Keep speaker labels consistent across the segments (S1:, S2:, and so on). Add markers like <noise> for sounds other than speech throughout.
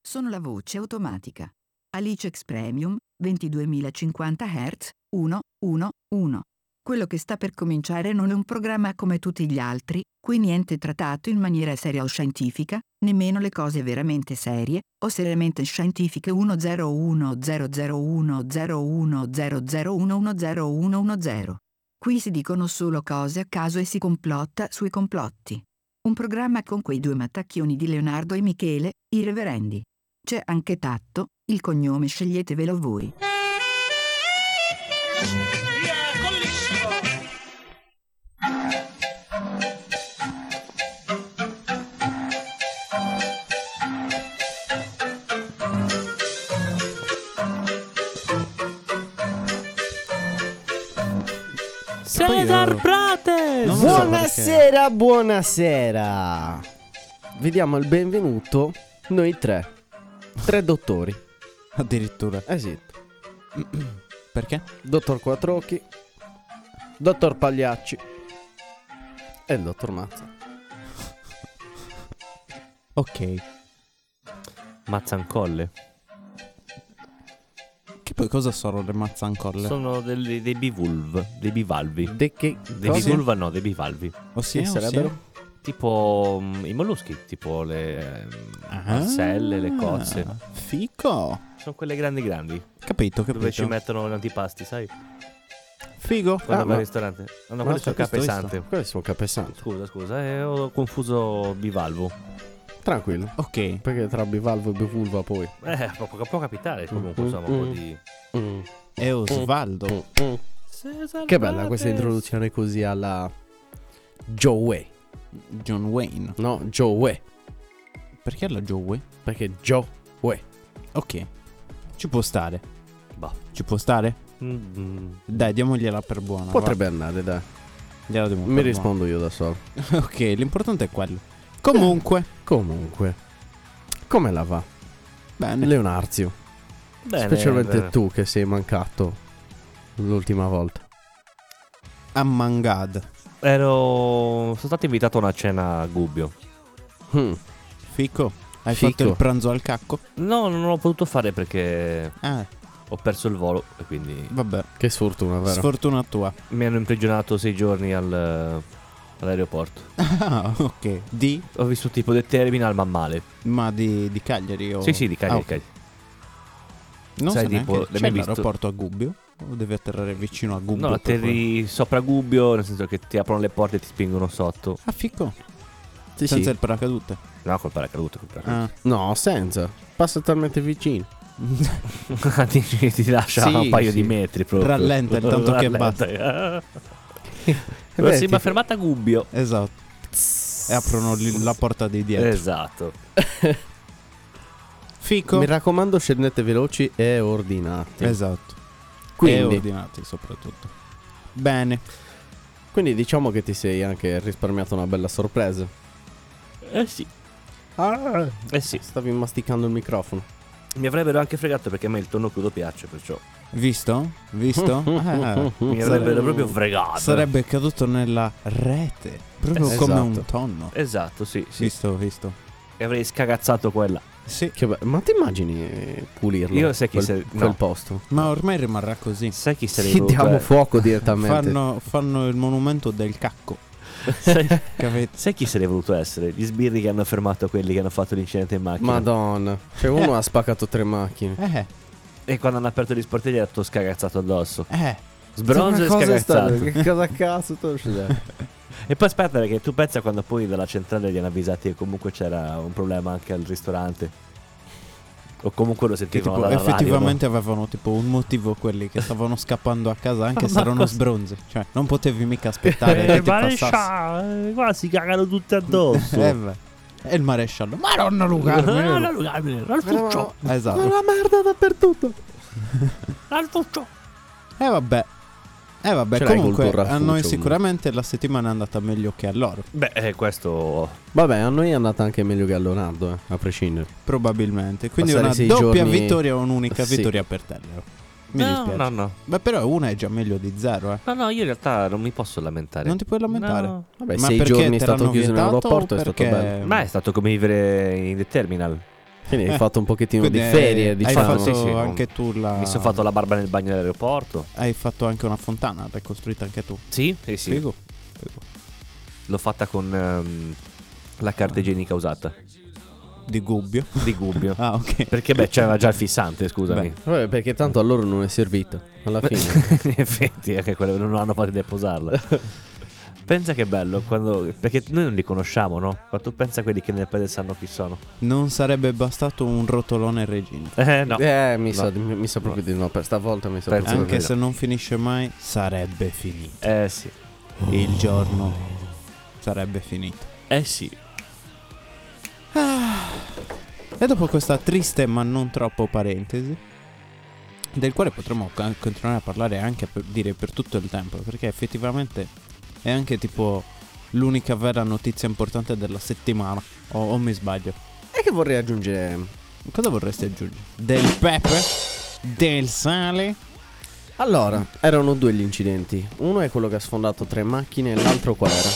S1: sono la voce automatica. Alicex Premium 22.050 Hz 111. Quello che sta per cominciare non è un programma come tutti gli altri, qui niente trattato in maniera seria o scientifica, nemmeno le cose veramente serie o seriamente scientifiche 1010010100100110110. Qui si dicono solo cose a caso e si complotta sui complotti. Un programma con quei due mattacchioni di Leonardo e Michele, i reverendi. C'è anche Tatto, il cognome sceglietevelo voi.
S2: Via, collissimo!
S3: eh,
S4: eh,
S5: Cesar Prates!
S4: Non lo so
S3: Buonasera, buonasera. Vi diamo il benvenuto noi tre. Tre dottori.
S4: perché. Addirittura.
S3: Eh sì.
S4: Perché?
S3: Dottor Quattrocchi, Dottor Pagliacci e il Dottor Mazza.
S4: Ok.
S6: Mazzancolle.
S4: Che poi cosa sono le mazzancolle?
S6: Sono delle- dei bivulv, dei bivalvi.
S3: De che
S6: Dei
S3: cosa?
S6: bivulva no, dei bivalvi.
S4: Ossia,
S3: che
S4: ossia?
S3: sarebbero?
S6: Tipo mm, i molluschi, tipo le mm,
S4: Ah.
S6: marcelle, le cozze.
S4: Fico.
S6: Sono quelle grandi grandi,
S4: Capito, capito.
S6: dove ci mettono gli antipasti, sai?
S4: Figo.
S6: Quando
S3: Ah,
S6: vai
S3: no.
S6: al ristorante. No, no,
S4: No,
S6: quello sono
S4: cioè, questo,
S6: capesante.
S3: Quelli sono capesanti.
S6: Scusa, scusa, eh, ho confuso bivalvo.
S3: Tranquillo.
S4: Ok.
S3: Perché tra bivalvo e bivulva poi.
S6: Eh, può, può- può capitare comunque,
S3: Mm,
S6: insomma,
S3: mm,
S6: un po'
S3: mm.
S6: di...
S3: Mm,
S4: E Osvaldo.
S3: mm, mm. Che bella questa introduzione così alla Joe Way.
S4: John Wayne.
S3: No, Joe Way.
S4: Perché la Joey?
S3: Perché Joe Way.
S4: Ok. Ci può stare.
S6: Boh.
S4: Ci può stare?
S6: Mm, mm.
S4: Dai, diamogliela per buona.
S3: Potrebbe andare, dai.
S4: va. Gliela diamo
S3: Mi
S4: per
S3: rispondo io da solo.
S4: buona. ok, l'importante è quello. Comunque,
S3: Comunque, come la va?
S4: bene.
S3: Leonarzio.
S6: Eh. Bene,
S3: specialmente
S6: bene.
S3: tu che sei mancato l'ultima volta.
S4: Ammangad.
S6: Ero... Sono stato invitato a una cena a Gubbio. Hmm,
S3: Mm.
S4: Fico. Hai
S3: Fico.
S4: fatto il pranzo al cacco?
S6: No, non l'ho potuto fare perché
S4: Ah,
S6: ho perso il volo e quindi
S4: vabbè.
S3: Che sfortuna, vero?
S4: Sfortuna tua.
S6: mi hanno imprigionato sei giorni al- all'aeroporto.
S4: <laughs> Ah, ok. Di?
S6: Ho vissuto tipo del terminal ma male.
S4: Ma di, di Cagliari o...
S6: Sì, sì, di Cagliari.
S4: Ah, ok.
S6: Cagliari.
S4: Non
S6: Sai,
S4: so
S6: tipo,
S4: neanche,
S6: l'hai
S4: c'è
S6: mai visto-
S4: l'aeroporto a Gubbio? O devi atterrare vicino a Gubbio?
S6: No,
S4: per fare-
S6: atterri sopra Gubbio, nel senso che ti aprono le porte e ti spingono sotto.
S4: Ah, fico.
S3: Sì,
S4: Senza
S3: sì.
S4: il paracadute.
S6: No, col paracadute, col paracadute.
S4: Ah.
S3: No, senza. Passa talmente vicino.
S6: <laughs> ti, ti lascia
S3: Sì,
S6: un paio
S3: sì.
S6: di metri proprio. <laughs>
S4: Ah. Rallenta il tanto che
S6: basta.
S3: Eh beh,
S6: Prossima
S3: ti-
S6: fermata Gubbio.
S4: Esatto. E aprono lì la porta dei dietro.
S6: Esatto.
S4: Fico.
S3: Mi raccomando, scendete veloci e
S6: Eh,
S3: ordinati.
S4: Esatto. E
S3: Quindi,
S4: ordinati soprattutto. Bene.
S3: quindi diciamo che ti sei anche risparmiato una bella sorpresa.
S6: Eh sì.
S3: Ah,
S6: Eh sì.
S3: stavi masticando il microfono.
S6: Mi avrebbero anche fregato perché a me il tonno crudo piace, perciò.
S4: Visto? Visto? Ah,
S6: <laughs> Mi
S4: Sare-
S6: avrebbero proprio fregato.
S4: sarebbe caduto nella rete. Proprio
S3: Esatto.
S4: come un tonno.
S6: Esatto, sì, sì.
S4: Visto, visto.
S6: E avrei scagazzato quella.
S4: Sì.
S3: Che be- ma ti immagini eh, pulirlo?
S6: Io sai chi
S3: quel,
S6: sei-
S3: quel
S6: no.
S3: posto.
S4: Ma ormai rimarrà così.
S6: Sai chi sarei
S3: Ti
S6: voluto
S3: diamo
S6: eh?
S3: fuoco direttamente.
S4: Fanno, fanno il monumento del cacco.
S6: sai,
S4: Capito?
S6: sai chi sarei voluto essere? Gli sbirri che hanno fermato quelli che hanno fatto l'incidente in macchina.
S3: Madonna. Cioè,
S6: Eh.
S3: uno ha spaccato tre macchine.
S4: Eh,
S6: E quando hanno aperto gli sportelli ha detto scagazzato addosso.
S4: eh.
S6: Sbronzo e scagazzato.
S3: Che cosa cazzo tu
S6: E poi aspetta perché tu pensa quando poi dalla centrale gli hanno avvisati che comunque c'era un problema anche al ristorante. O comunque lo
S4: Che
S6: sentivano
S4: tipo,
S6: dalla radio,
S4: effettivamente avevano tipo un motivo quelli che stavano scappando a casa anche se erano sbronzi. Cioè, non potevi mica
S6: Eh,
S4: aspettare che ti passasse.
S6: qua si cagano tutti addosso.
S4: Eh, beh. E il maresciallo. Madonna Lucarmine!
S3: C'è
S4: esatto.
S3: la merda dappertutto.
S4: E Eh, vabbè. E vabbè,
S3: Ce l'hai
S4: comunque
S3: col tuo
S4: a noi
S3: raffuccio,
S4: sicuramente la settimana è andata meglio che a loro.
S6: Beh, eh, questo
S3: Vabbè, a noi è andata anche meglio che a Leonardo, eh, a prescindere.
S4: Probabilmente. Quindi
S3: Passare
S4: una
S3: sei
S4: doppia
S3: giorni-
S4: vittoria o un'unica
S3: Sì.
S4: vittoria per Tellero. Mi
S6: no,
S4: dispiace.
S6: No, no.
S4: Beh, però una è già meglio di zero, eh.
S6: No, no, io in realtà non mi posso lamentare.
S4: Non ti puoi lamentare.
S6: No.
S3: Vabbè,
S4: Ma
S3: sei
S4: perché
S3: giorni
S4: te
S3: è stato
S4: l'hanno
S3: chiuso in
S4: vietato o
S3: aeroporto, è stato
S4: perché-
S3: bello.
S6: Ma è stato come vivere in The Terminal.
S3: Quindi hai fatto un pochettino
S4: Quindi,
S3: di
S4: eh,
S3: ferie, diciamo.
S4: Hai fatto
S6: Sì, sì, no.
S4: anche tu la...
S6: Mi sono fatto la barba nel bagno dell'aeroporto.
S4: Hai fatto anche una fontana, l'hai costruita anche tu.
S6: Sì, sì, sì.
S4: Figo.
S6: L'ho fatta con ehm, la carta igienica usata
S4: Di Gubbio. <laughs>
S6: di Gubbio.
S4: Ah, ok.
S6: Perché beh, c'era già il fissante, scusami.
S3: Vabbè, perché tanto a loro non è servito. Alla
S4: <laughs>
S3: fine.
S6: <laughs> In effetti, anche quello non hanno fatto idea a posarla.
S4: <laughs>
S6: Pensa che bello quando. Perché noi non li conosciamo, no? Ma tu pensa a quelli che nel paese sanno chi sono.
S4: Non sarebbe bastato un rotolone regina.
S6: Eh no.
S3: Eh, mi, sa,
S6: No.
S3: mi, mi sa proprio di no. Per stavolta mi sa
S6: Penso
S3: proprio
S4: Anche
S3: di
S4: se non finisce mai, sarebbe finito.
S6: Eh sì.
S4: Il giorno sarebbe finito.
S6: Eh sì.
S4: E dopo questa triste ma non troppo parentesi, del quale potremmo ca- continuare a parlare anche per dire per tutto il tempo, perché effettivamente è anche tipo l'unica vera notizia importante della settimana, o, o mi sbaglio.
S3: no. E che vorrei aggiungere.
S4: Cosa vorresti aggiungere? Del pepe? Del sale?
S3: Allora, erano due gli incidenti. Uno è quello che ha sfondato tre macchine, l'altro qual era?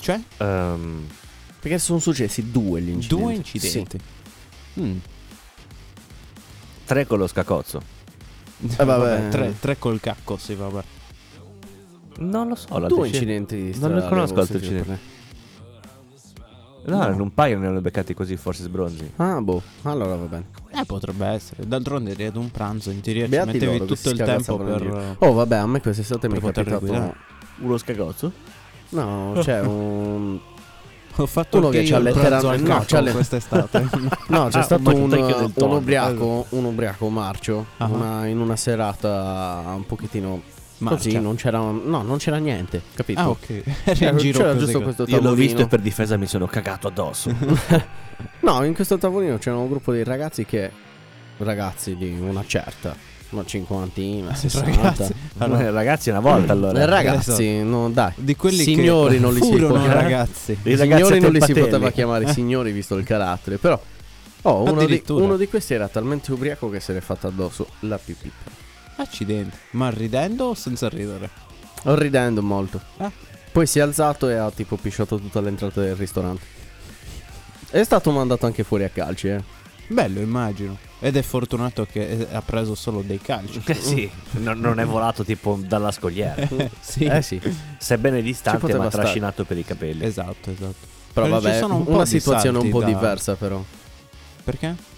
S4: Cioè,
S6: Ehm,
S3: Perché sono successi due gli incidenti.
S4: due incidenti. Mm.
S6: tre con lo scacozzo.
S3: Eh, vabbè.
S4: tre, tre col cacco, sì, vabbè.
S6: Non lo so.
S3: Sì.
S6: la
S3: Due
S6: decina-
S3: incidenti di
S6: Non
S3: strada.
S6: ne conosco altri
S3: avevo sentito
S6: incidenti. No, in un paio ne hanno beccati così, forse sbronzi.
S3: parlare. Ah, boh. Allora va bene.
S4: Eh, potrebbe essere. D'altronde eri ad un pranzo, in teoria
S3: Beati
S4: ci mettevi
S3: loro che si
S4: tutto il tempo
S3: scagazzavano in
S4: per...
S3: giro. Oh, vabbè, a me quest'estate mi è
S4: per poter
S3: capitato.
S4: guidare.
S6: Uno scacozzo?
S3: No,
S4: <laughs>
S3: c'è un.
S4: Ho fatto
S3: Uno
S4: anche
S3: che
S4: io
S3: c'ha
S4: il pranzo al
S3: letteralmente- no,
S4: cacco
S3: c'ha
S4: <laughs>
S3: le-
S4: quest'estate.
S3: No, c'è
S6: Ah,
S3: stato
S6: ma il
S3: un,
S6: taglio del
S3: un
S6: tonno.
S3: ubriaco, un ubriaco marcio
S4: Ah.
S3: una- in una serata un pochettino così,
S4: Marcia.
S3: non c'era, no, non c'era niente, capito?
S4: cioè, Ah, ok. <laughs> Era
S3: C'era,
S4: in giro
S3: c'era
S4: così
S3: giusto
S4: co-
S3: questo
S6: Io
S3: tavolino.
S6: l'ho visto e per difesa mi sono cagato <laughs> addosso.
S3: No, in questo tavolino c'era un gruppo di ragazzi che ragazzi di una certa, una cinquantina, sessanta.
S4: Ah, Ragazzi. Allora,
S6: Eh, Ragazzi, una volta allora.
S3: Eh, Ragazzi, no, dai.
S4: di quelli
S3: Signori
S4: che
S3: non li eh. si
S4: furono
S3: può-
S4: ragazzi.
S6: I ragazzi
S3: signori non li si
S6: attempatelli.
S3: poteva chiamare signori visto il carattere, però oh, uno, di,
S4: Addirittura.
S3: uno di questi era talmente ubriaco che se l'è fatta addosso la pipì.
S4: Accidenti. Ma ridendo o senza ridere?
S3: Ridendo molto.
S4: Ah.
S3: Poi si è alzato e ha tipo pisciato tutta l'entrata del ristorante. È stato mandato anche fuori a calci, eh.
S4: Bello, immagino. Ed è fortunato che eh, ha preso solo dei calci.
S6: <laughs> Eh sì, no- non è volato tipo dalla <laughs> scogliera.
S4: sì.
S3: Eh <laughs> sì.
S6: Sebbene
S3: Ci
S6: distante,
S3: poteva
S6: ma
S3: stare.
S6: trascinato per i capelli.
S4: Esatto, esatto.
S3: Però
S4: Ci
S3: vabbè,
S4: sono un po'
S3: una
S4: di
S3: situazione un
S4: salti
S3: po'
S4: da-
S3: diversa però.
S4: Perché?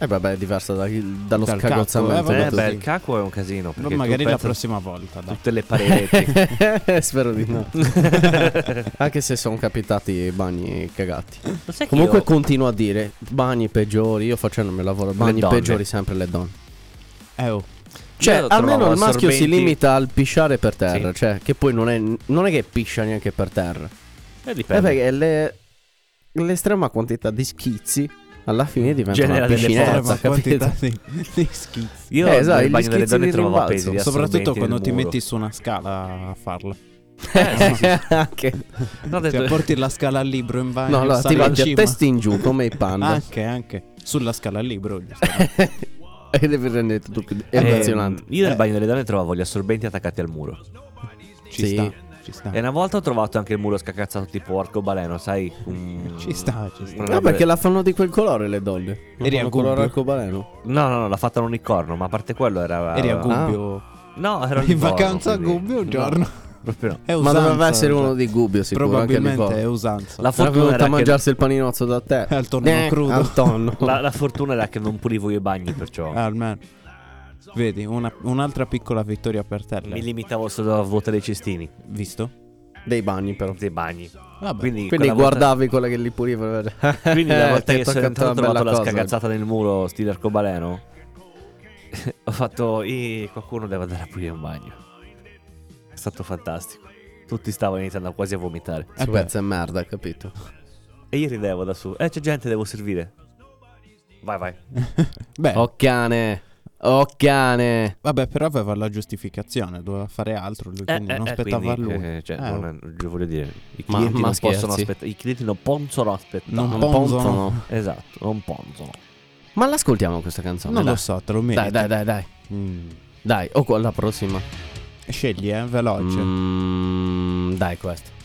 S3: Eh vabbè, è diversa da- dallo
S4: Dal
S3: scagozzamento.
S4: cazzo,
S6: Eh,
S4: Esatto.
S3: <laughs>
S6: beh, il caco è un casino.
S4: No,
S6: perché tu
S4: magari la
S6: pensa
S4: prossima volta,
S6: a
S4: dai.
S6: Tutte le pareti.
S3: Eh, Spero di
S4: <laughs>
S3: no. anche se sono capitati i bagni cagati.
S6: <laughs> Lo sai che
S3: Comunque
S6: io-
S3: continuo a dire bagni peggiori, io facendo il mio lavoro, bagni
S6: donne.
S3: peggiori sempre le donne.
S4: Eh, oh.
S3: Cioè,
S6: io
S3: almeno
S6: trovo
S3: il maschio si
S6: assorbenti-
S3: limita al pisciare per terra,
S6: Sì.
S3: cioè che poi non è, non è che piscia neanche per terra.
S6: Eh,
S3: Eh,
S6: dipende.
S3: perché le- l'estrema quantità di schizzi alla fine diventa
S6: Genera
S3: una
S6: delle
S3: piscinezza,
S4: Estrema quantità
S3: <laughs> capito?
S4: di, di schifo.
S6: Io
S3: eh, esatto,
S6: nel
S3: gli
S6: bagno delle
S3: schizzi
S6: donne
S3: di
S6: trovo
S3: rimbalzo.
S6: appesi gli assorbenti
S4: Soprattutto
S6: nel
S4: quando ti
S6: muro.
S4: metti su una scala a farla.
S6: Eh,
S3: Anche.
S6: No, ho detto-
S4: Cioè, porti la scala al libro in bagno.
S3: No, allora
S4: sali
S3: ti
S4: in
S3: metti a
S4: cima.
S3: testa in giù come i panda
S4: Anche, anche. Sulla scala al libro. giusto?
S3: <laughs> e devi rendere tutto più
S6: Ehm,
S3: emozionante.
S6: Io nel bagno delle donne trovavo gli assorbenti attaccati al muro.
S4: Ci
S3: Sì.
S4: sta, ci sta.
S6: E una volta ho trovato anche il muro scacazzato tipo arcobaleno, sai? Un-
S4: <laughs> Ci
S3: Ah,
S4: sta, ci sta.
S6: una
S3: No,
S6: roba
S3: perché
S6: del-
S3: la fanno di quel colore le donne.
S4: Eri
S3: Eri
S4: a
S3: un colore
S4: Gubbio?
S3: arcobaleno.
S6: No, no, no, l'ha fatta un unicorno, ma a parte quello era...
S4: Eri a
S3: Ah.
S4: Gubbio.
S6: No, era un
S4: In
S6: unicorno,
S4: vacanza a
S6: quindi-
S4: Gubbio un giorno.
S6: Proprio no.
S4: È
S3: Ma
S4: usanza,
S3: doveva essere
S4: cioè,
S3: uno di Gubbio, sicuro.
S4: Probabilmente
S3: anche
S4: è
S3: di
S4: usanza.
S6: La
S3: Era
S6: fortuna
S3: venuto
S6: era,
S3: a
S6: che-
S3: mangiarsi il paninozzo da te. Eh,
S4: Al tonno crudo.
S3: Al tonno.
S6: la, la fortuna era che non pulivo i bagni, perciò
S4: Ah, almeno. Vedi, una- un'altra piccola vittoria per te.
S6: mi limitavo solo a vuotare i cestini
S4: Visto?
S3: Dei bagni, però.
S6: dei bagni.
S4: Vabbè.
S6: Quindi,
S3: Quindi
S6: quella volta-
S3: guardavi quella che li
S6: <laughs>
S3: puliva. Eh,
S6: Quindi
S4: Eh,
S6: la volta che sono entrato ho trovato la
S3: scagazzata
S6: scagazzata nel muro stile arcobaleno <laughs> Ho fatto "Ih, qualcuno deve andare a pulire un bagno È stato fantastico Tutti stavano iniziando quasi a vomitare
S3: Su
S4: Eh, beh.
S3: pezzo è merda, capito?
S6: E io ridevo da su Eh c'è gente, devo servire Vai vai
S4: Beh,
S3: Oh cane, oh cane.
S4: vabbè, però aveva la giustificazione. Doveva fare altro.
S3: Eh,
S4: Lui, quindi non aspettava
S6: eh, quindi,
S4: a lui.
S6: eh, cioè,
S4: Eh,
S6: non è- io voglio dire I
S3: Ma-
S6: clienti
S3: ma
S6: non
S3: scherzi?
S6: possono aspettare I clienti non possono aspettare
S4: Non
S3: Un
S4: ponzono.
S3: ponzono.
S6: Esatto, non ponzono
S3: Ma l'ascoltiamo questa canzone?
S4: Non
S3: dai.
S4: lo so, te lo
S3: Dai,
S4: meriti.
S3: dai, dai, dai.
S4: Mm.
S3: Dai, o quella prossima.
S4: Scegli, eh, veloce.
S3: Mm, dai, questa.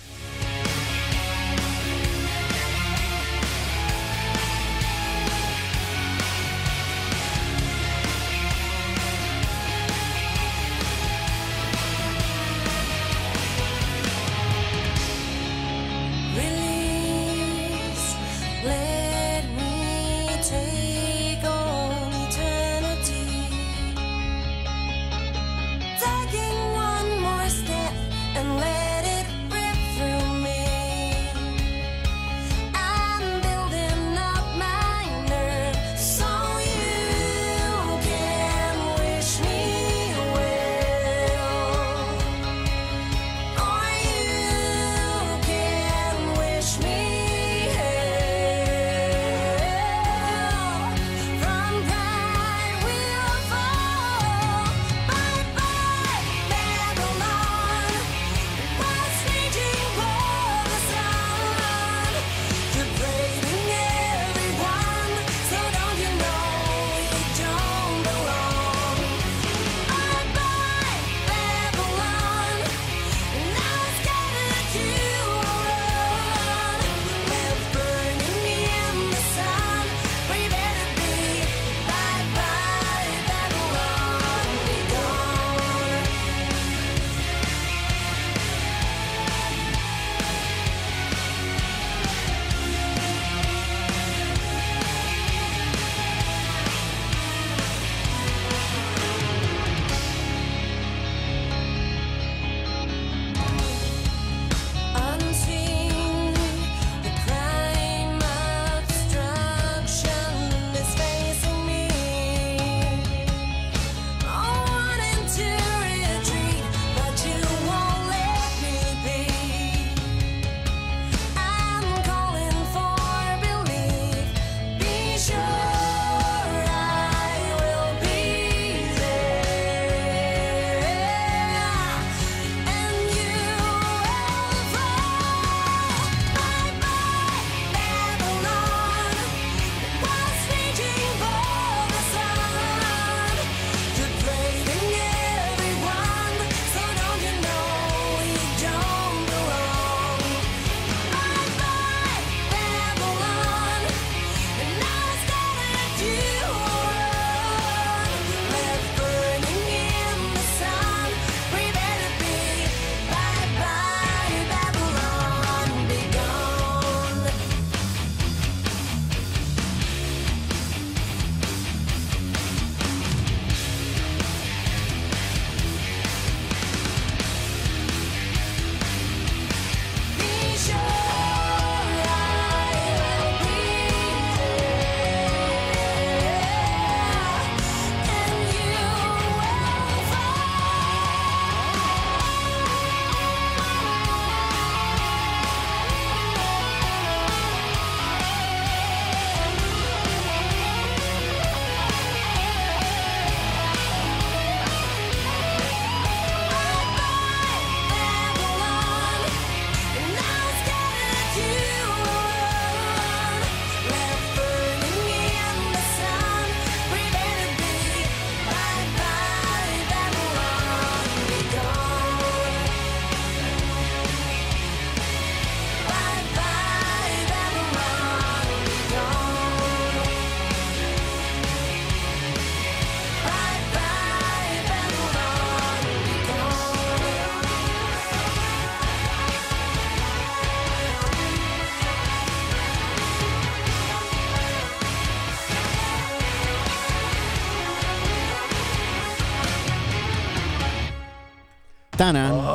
S4: Tanan, Ah!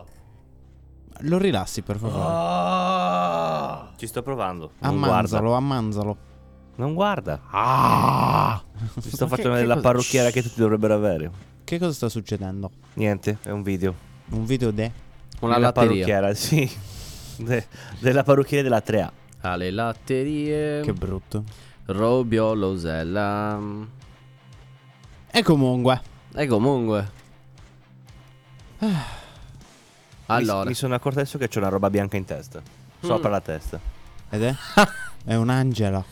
S6: Oh!
S4: lo rilassi per favore. Ah!
S6: Oh! Ci sto provando. Non
S4: Ammanzalo,
S6: guarda.
S4: ammanzalo.
S6: Non guarda. Ci sto
S3: Ah! Ma che-
S6: facendo
S3: che
S6: della
S3: cosa-
S6: parrucchiera che tutti dovrebbero avere.
S4: Che cosa sta succedendo?
S6: Niente, è un video.
S4: Un video de...
S6: Ehm.
S3: Una
S6: della
S3: latteria.
S6: parrucchiera, sì. De- della parrucchiera della 3A.
S3: Alle Ah, latterie.
S4: Che brutto.
S3: Robio Losella.
S4: E comunque,
S3: E comunque. Allora. Mm.
S6: Mi, mi sono accorto adesso che c'è una roba bianca in testa. Sopra la testa.
S4: ed
S6: <laughs>
S4: è? è un'angela.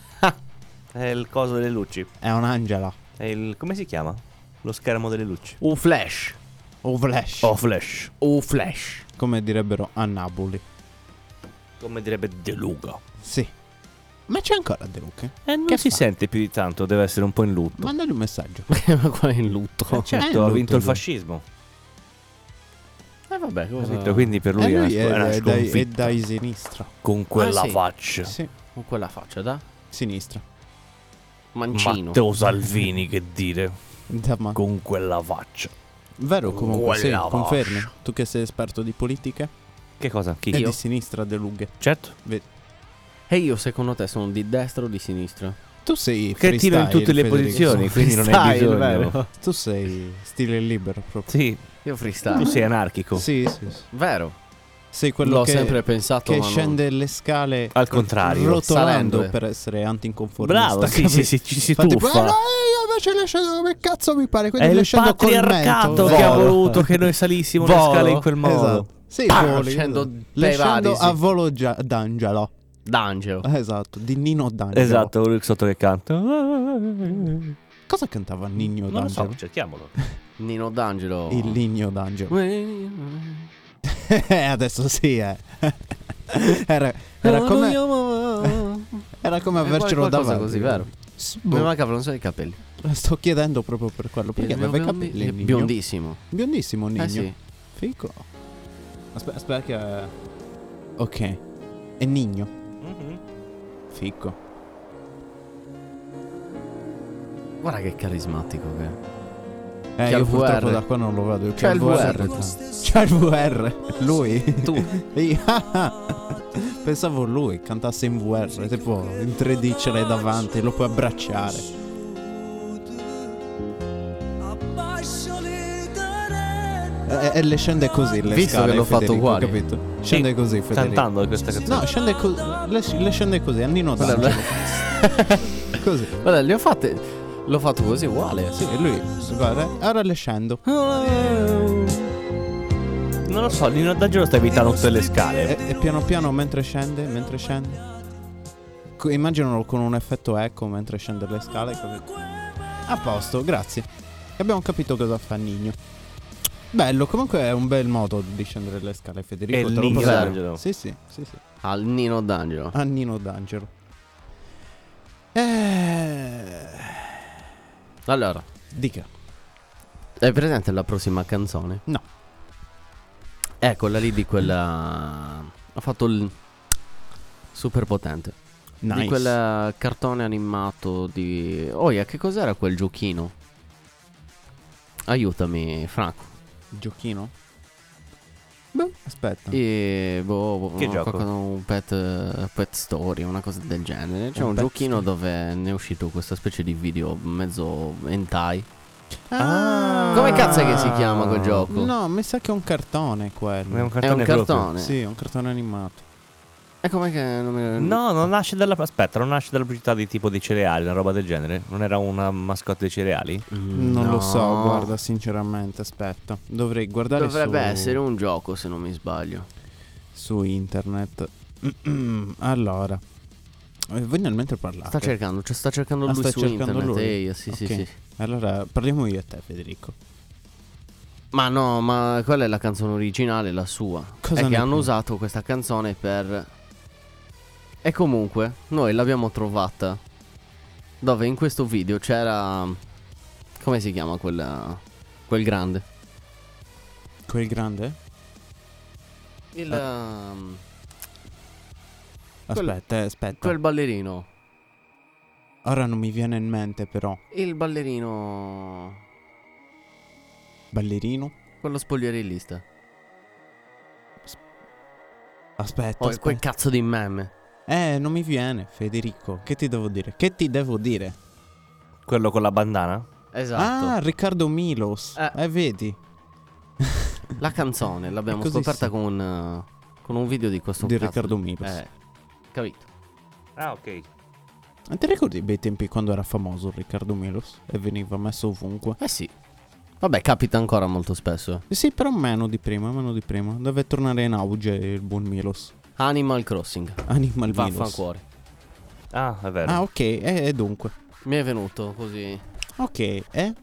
S6: È il coso delle luci.
S4: È un'angela.
S6: È il. come si chiama? Lo schermo delle luci.
S3: Un flash.
S4: O Flash.
S6: Oh, flash.
S3: Un flash.
S4: Come direbbero a Napoli.
S6: Come direbbe De Luca.
S4: Sì. Ma c'è ancora De Luca?
S6: E non
S4: Che
S6: si
S4: fa?
S6: sente più di tanto, deve essere un po' in lutto.
S4: Mandagli un messaggio.
S3: Ma qua è in lutto.
S4: Eh,
S6: certo,
S4: in
S6: ha
S4: lutto
S6: vinto il
S4: lui.
S6: fascismo.
S3: Eh vabbè, cosa...
S6: Capito? Quindi per lui,
S4: Eh, lui
S6: è,
S4: è,
S6: una
S4: è dai, è
S6: sconfitta.
S4: dai sinistra.
S6: Con quella
S3: Ah, sì.
S6: faccia.
S4: Sì,
S3: Con quella faccia, da?
S4: sinistra.
S3: Mancino.
S6: Matteo Salvini, che dire.
S4: Da ma-
S6: Con quella faccia.
S4: Vero comunque, sì,
S6: Quella
S4: confermi.
S6: vascia.
S4: Tu che sei esperto di politica,
S6: Che cosa? Chi?
S4: è di sinistra De Lughe.
S6: Certo.
S3: E io secondo te sono di destra o di sinistra?
S4: Tu sei
S6: Che tiro in
S4: freestyle,
S6: tutte le
S4: Federico.
S6: posizioni, quindi non hai
S3: freestyle,
S6: bisogno.
S3: vero?
S4: Tu sei stile libero proprio.
S6: Sì,
S3: Io freestyle.
S6: tu sei anarchico.
S4: Sì, sì, sì.
S3: Vero.
S4: Sei quello
S3: L'ho
S4: che,
S3: sempre pensato.
S4: che
S3: ma non-
S4: scende le scale
S6: Al contrario.
S4: rotolando
S3: Salendo.
S4: per essere antinconformista.
S6: Bravo, sì,
S4: capito?
S6: sì, sì, ci si
S4: Fa tipo, "Ah, no,
S6: tuffa.
S4: io invece le scendo come cazzo mi pare,
S6: È
S4: quindi le
S6: il
S4: scendo col mento.
S6: patriarcato che
S4: Volo.
S6: ha voluto che noi salissimo le
S3: Volo.
S6: scale in quel modo.
S4: Esatto. Sì,
S3: Pam,
S4: voli,
S3: scendo
S4: esatto.
S3: dai
S4: le scendo
S3: vari, sì.
S4: a volo gia- d'angelo.
S3: D'angelo.
S4: Esatto, di Nino D'Angelo.
S6: Esatto, lui sotto che canta. Non
S4: Cosa cantava Nino
S6: lo so,
S4: D'Angelo?
S6: cerchiamolo.
S3: Nino D'Angelo.
S4: Il Nino D'Angelo. <laughs> Eh, Adesso sì, eh. <laughs> era, era come, era come avercelo
S3: eh, qualcosa
S4: davanti.
S3: così, vero?
S4: S-
S3: Mi
S4: boh,
S3: mancava non so i capelli.
S4: <laughs> sto chiedendo proprio per quello. Perché
S3: Il mio
S4: aveva i
S3: biondi-
S4: capelli Nino?
S3: biondissimo.
S4: Biondissimo Nino.
S3: Eh sì.
S4: Fico. Aspetta, aspetta che... eh, Ok. È Nino. Mm-hmm. Fico.
S3: Guarda che carismatico che è.
S4: Eh,
S3: C'è il
S4: io purtroppo
S3: VR.
S4: da qua non lo vedo.
S3: C'è il VR.
S4: C'è il VR. Lui. <laughs>
S3: Tu.
S4: Ehi, ah, Pensavo lui cantasse in VR, tipo in 3D ce l'hai davanti, lo puoi abbracciare. E, e Eh, le scende così, le
S3: Visto
S4: scale,
S3: che l'ho fatto
S4: Federico,
S3: uguale.
S4: capito? Scende così, Federico.
S6: Cantando questa canzone.
S4: No, scende co- le, le scende così, a Nino
S3: Guarda,
S4: D'Angelo. così.
S3: Guarda, le ho fatte. L'ho fatto così uguale.
S4: Sì, e lui, guarda, ora le scendo.
S6: Non lo so, Nino D'Angelo sta evitando tutte le
S4: E,
S6: scale.
S4: e piano piano mentre scende, mentre scende. Co- Immaginalo con un effetto eco mentre scende le scale. così. A posto, grazie. E abbiamo capito cosa fa Nino. Bello, comunque è un bel modo di scendere le scale, Federico.
S6: È
S4: te lo
S6: Nino
S4: posso dire.
S6: D'Angelo.
S4: Sì, sì, sì, sì.
S3: Al Nino D'Angelo.
S4: A Nino D'Angelo. Eh,
S3: Allora,
S4: Dica.
S3: hai presente la prossima canzone?
S4: No.
S3: È quella lì di quella. Ho fatto il. Super potente.
S4: Nice.
S3: Di quel eh, cartone animato di. Oh, yeah, che cos'era quel giochino? Aiutami, Franco.
S4: Giochino? Beh, aspetta.
S3: E boh, boh,
S6: Che
S3: no,
S6: gioco?
S3: qualcosa- un pet, pet story, una cosa del genere. C'è
S4: Un
S3: un,
S4: pet
S3: giochino dove ne è uscito questa specie di video mezzo hentai.
S4: Ah.
S3: Come cazzo è che si chiama quel gioco?
S4: No, mi sa che è un cartone quello.
S6: È un
S3: È un
S6: cartone proprio.
S3: cartone.
S4: Sì, è un cartone animato.
S3: E com'è che non mi
S6: No, non nasce dalla. Aspetta, non nasce dalla pubblicità di tipo di cereali, una roba del genere. Non era una mascotte dei cereali?
S3: Mm,
S4: Non lo
S3: no.
S4: so, guarda, sinceramente, aspetta. Dovrei guardare
S3: Dovrebbe
S4: su,
S3: essere un gioco se non mi sbaglio.
S4: su internet. <clears throat> allora, eh, voi nel mentre parlate.
S3: Sta cercando, cioè sta cercando
S4: Ah,
S3: lui
S4: sta
S3: su
S4: cercando
S3: internet.
S4: lui?
S3: Ehi, sì, sì,
S4: Ok.
S3: sì.
S4: Allora, parliamo io e te, Federico.
S3: Ma no, ma quella è la canzone originale, la sua.
S4: Cosa
S3: è
S4: ne
S3: che hanno
S4: pensi?
S3: usato questa canzone per. E comunque, noi l'abbiamo trovata. Dove in questo video c'era. Come si chiama quella. Quel grande?
S4: Quel grande?
S3: Il.
S4: Eh.
S3: um, Quel-
S4: Aspetta, eh, aspetta.
S3: quel ballerino.
S4: Ora non mi viene in mente, però.
S3: Il ballerino.
S4: Ballerino?
S3: quello spoglierellista.
S4: Aspetta,
S3: Oh,
S4: aspetta.
S3: quel cazzo di meme.
S4: Eh, non mi viene, Federico. Che ti devo dire? Che ti devo dire?
S6: Quello con la bandana?
S3: Esatto.
S4: Ah, Riccardo Milos.
S3: Eh.
S4: Eh, vedi.
S3: La canzone l'abbiamo
S4: È così,
S3: scoperta
S4: sì.
S3: con, eh, con un video di questo
S4: Di
S3: cazzo
S4: Riccardo Milos.
S3: Eh, capito.
S6: Ah, ok.
S4: Ma ti ricordi i bei tempi quando era famoso Riccardo Milos? E veniva messo ovunque.
S3: Eh sì. Vabbè, capita ancora molto spesso. eh.
S4: Sì, però meno di prima, meno di prima. Deve tornare in auge il buon Milos.
S3: Animal Crossing.
S4: Animal Milos.
S3: Vaffancuore.
S6: Ah, è vero.
S4: Ah, ok. E e dunque.
S3: Mi è venuto così.
S4: Ok, eh?
S3: E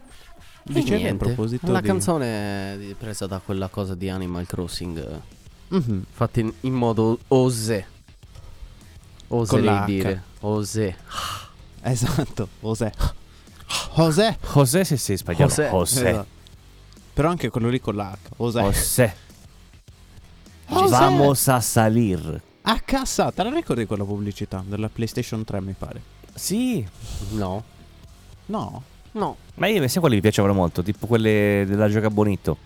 S4: Dicevi in
S3: niente,
S4: proposito
S3: La
S4: di-
S3: canzone è di- presa da quella cosa di Animal Crossing. eh,
S4: Mhm.
S3: Fatta in, in modo osè.
S4: Con la
S3: Oserei
S4: H.
S3: dire. Osè.
S4: Esatto, José. José.
S6: José se sei spagnolo.
S3: José.
S6: José.
S4: Esatto. Però anche quello lì con l'H. José.
S6: José.
S4: José.
S6: Vamos a salir.
S4: A casa, te la ricordi quella pubblicità della PlayStation 3, mi pare?
S6: Sì.
S3: No.
S4: No.
S3: No.
S6: Ma io mi sa quelle mi piacevano molto, tipo quelle della gioca bonito.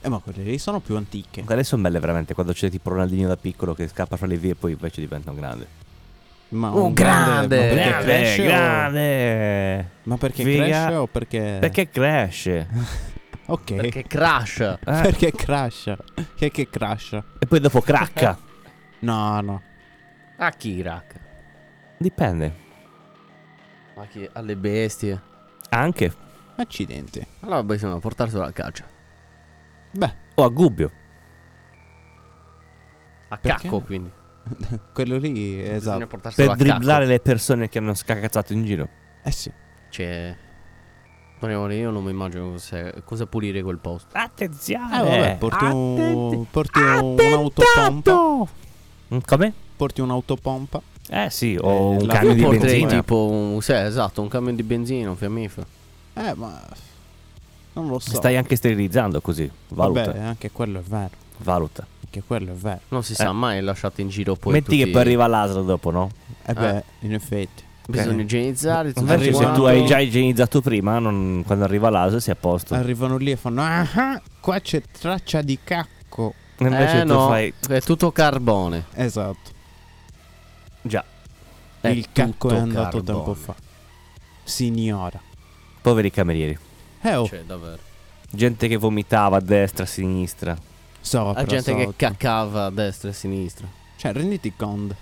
S4: Eh, ma quelle lì sono più antiche.
S6: Quelle sono belle veramente, quando c'è tipo Ronaldinho da piccolo che scappa fra le vie e poi invece diventa un grande. oh?
S4: Ma
S3: Oh,
S4: ma
S3: grande!
S4: perché
S6: grande,
S4: cresce o-
S6: Eh, grande.
S4: Ma perché
S6: Figa.
S4: cresce o perché...
S6: Eh. Perché <laughs> cresce? <laughs>
S4: Ok.
S3: Perché Crash.
S6: Eh,
S4: <laughs> Perché crasha. Che che crasha.
S6: E poi dopo cracca.
S4: No, no.
S3: Akirak.
S6: <laughs> Dipende.
S3: Ma che alle bestie.
S6: Anche.
S4: Accidenti.
S3: Allora bisogna portarselo alla caccia.
S4: Beh,
S6: O a Gubbio.
S3: A
S4: Perché?
S3: cacco, quindi.
S4: quello lì,
S3: Bisogna
S4: esatto.
S3: portarselo
S6: Per
S3: a cacco.
S6: dribblare le persone che hanno scacazzato in giro.
S4: Eh sì.
S3: Cioè. Onorevole, io non mi immagino cosa, cosa pulire quel posto.
S4: Eh,
S6: Attenzione.
S4: vabbè, porti, un, porti un- un'autopompa.
S6: Mm, Come?
S4: Porti un'autopompa.
S6: Eh sì, o
S4: Eh,
S6: un
S4: la-
S6: camion di
S4: Io
S3: Porterei
S6: benzina.
S3: tipo un. Sì, esatto, un camion di benzina, un fiammifero.
S4: Eh, ma... Non lo so.
S6: Stai anche sterilizzando così. Valuta.
S4: Vabbè, anche quello è vero.
S6: Valuta.
S4: Anche quello è vero.
S3: Non si sa
S6: Eh.
S3: mai, lasciate in giro poi.
S6: Metti che
S3: tutti-
S6: poi arriva l'aslo dopo, no?
S4: Eh beh, in effetti.
S3: Bisogna igienizzare. tutto
S6: Invece Eh. se
S3: quanto.
S6: tu hai già igienizzato prima, non- quando arriva l'aslo sei a posto.
S4: Arrivano lì e fanno... Ah, qua c'è traccia di cacco.
S6: Invece
S3: eh,
S6: tu
S3: no,
S6: fai...
S3: È tutto carbone.
S4: Esatto.
S6: Già,
S3: È
S4: Il cacco è
S3: tutto
S4: andato
S3: carbone.
S4: tempo fa. Signora.
S6: poveri camerieri.
S4: Eh, oh,
S3: Cioè, davvero.
S6: Gente che vomitava a destra, a sinistra.
S4: sopra,
S3: La gente che
S4: sotto.
S3: caccava a destra e a sinistra.
S4: Cioè, renditi conto.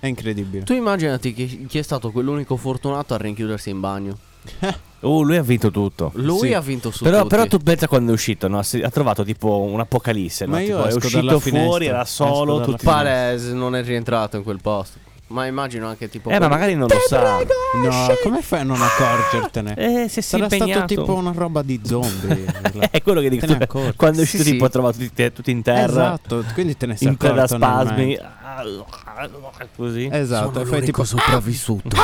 S4: È incredibile.
S3: Tu immaginati chi, chi è stato quell'unico fortunato a rinchiudersi in bagno.
S4: Eh,
S6: Oh, lui ha vinto tutto.
S3: Lui
S4: Sì.
S3: ha vinto su
S6: Però,
S3: tutti.
S6: però tu pensa quando è uscito, no? Si- ha trovato tipo un'apocalisse. no?
S4: Ma
S6: Tipo,
S4: io
S6: è
S4: esco
S6: uscito
S4: dalla
S6: fuori,
S4: finestra,
S6: era
S4: esco
S6: solo.
S4: dalla
S6: Tutti...
S3: Pares non è rientrato in quel posto. Ma immagino anche tipo.
S6: Eh, ma
S3: quelli-
S6: magari non lo sa.
S4: No, come fai a non accorgertene?
S6: Eh, se si è
S4: Sarà stato
S6: impegnato.
S4: tipo una roba di zombie. la-
S6: È quello che dico.
S4: Te ne
S6: <laughs>
S4: accorgi.
S6: Quando è uscito,
S3: Sì,
S6: tipo,
S3: sì.
S6: ha trovato tutti, eh, tutti in terra.
S4: esatto, quindi te ne sei
S6: In terra
S4: accorto. nel
S6: spasmi.
S4: momento.
S6: Così.
S4: Esatto, e fai tipo...
S3: sopravvissuto.